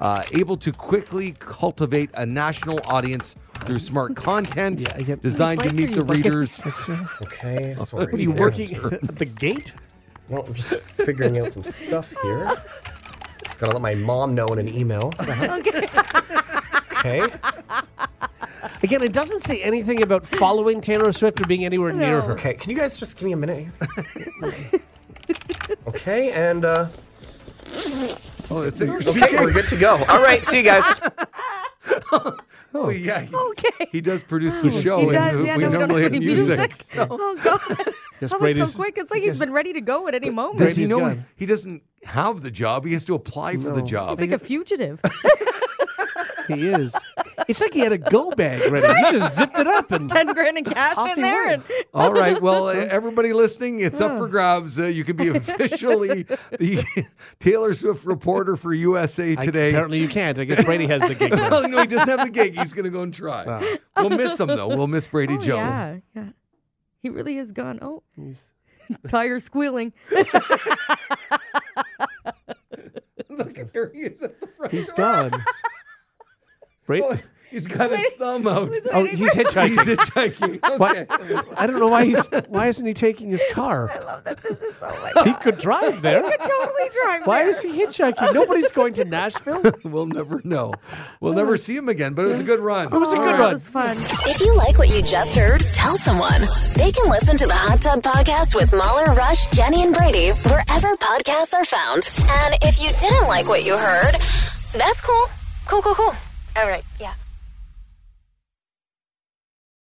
B: uh, able to quickly cultivate a national audience through smart content
C: I get-
B: designed to
D: Flights are
B: meet
D: you
B: the
D: booking?
B: readers.
E: Okay, sorry.
C: Are you working at the gate?
E: Well, I'm just figuring out some stuff here. Just gotta let my mom know in an email. Okay.
C: Again, it doesn't say anything about following Taylor Swift or being anywhere near
D: No.
C: her.
E: Okay. Can you guys just give me a minute? Here? Okay, and uh,
B: Oh, it's a,
E: okay, we're good to go. All right, see you guys.
B: Oh, yeah. He,
D: Okay.
B: he does produce the show, and
D: He does,
B: we-
D: oh, yeah,
B: we
D: no, we don't
B: normally
D: have
B: have
D: any
B: music.
D: music. Oh God. That was
C: Brady's-
D: so quick. It's like he's been ready to go at any moment.
B: Does he
C: Brady's
B: know
C: gone.
B: he doesn't have the job? He has to apply for the
C: No.
B: job.
D: He's like a fugitive.
C: He is. It's like he had a go bag ready. He just zipped it up and
D: Ten grand in cash
C: Off
D: in
C: he
D: there.
C: went.
D: And,
B: All right. Well, uh, everybody listening, it's up for grabs. Uh, you can be officially the Taylor Swift reporter for USA
C: I-
B: Today.
C: apparently you can't. I guess Brady has the gig. now.
B: no, he doesn't have the gig. He's going to go and try. We'll miss him, though. We'll miss Brady
D: Oh,
B: Jones.
D: yeah, yeah. He really is gone. Oh, tire squealing.
B: Look, there he is at the front.
C: He's gone. Brady.
B: Oh, he's got his thumb out.
C: Oh, he's
B: He's
C: hitchhiking.
B: hitchhiking. Okay.
C: What? I don't know why he's. Why isn't he taking his car? I love that this is so. He could drive there.
D: totally drive.
C: Why
D: there.
C: is he hitchhiking? Nobody's going to Nashville.
B: We'll never know. We'll never see him again, but it was a good run. It
C: was a
D: Oh,
C: good
D: that
C: run.
D: was fun.
A: If you like what you just heard, tell someone. They can listen to the Hot Tub Podcast with Mahler, Rush, Jenny, and Brady wherever podcasts are found. And if you didn't like what you heard, that's cool. Cool, cool, cool. All right, yeah.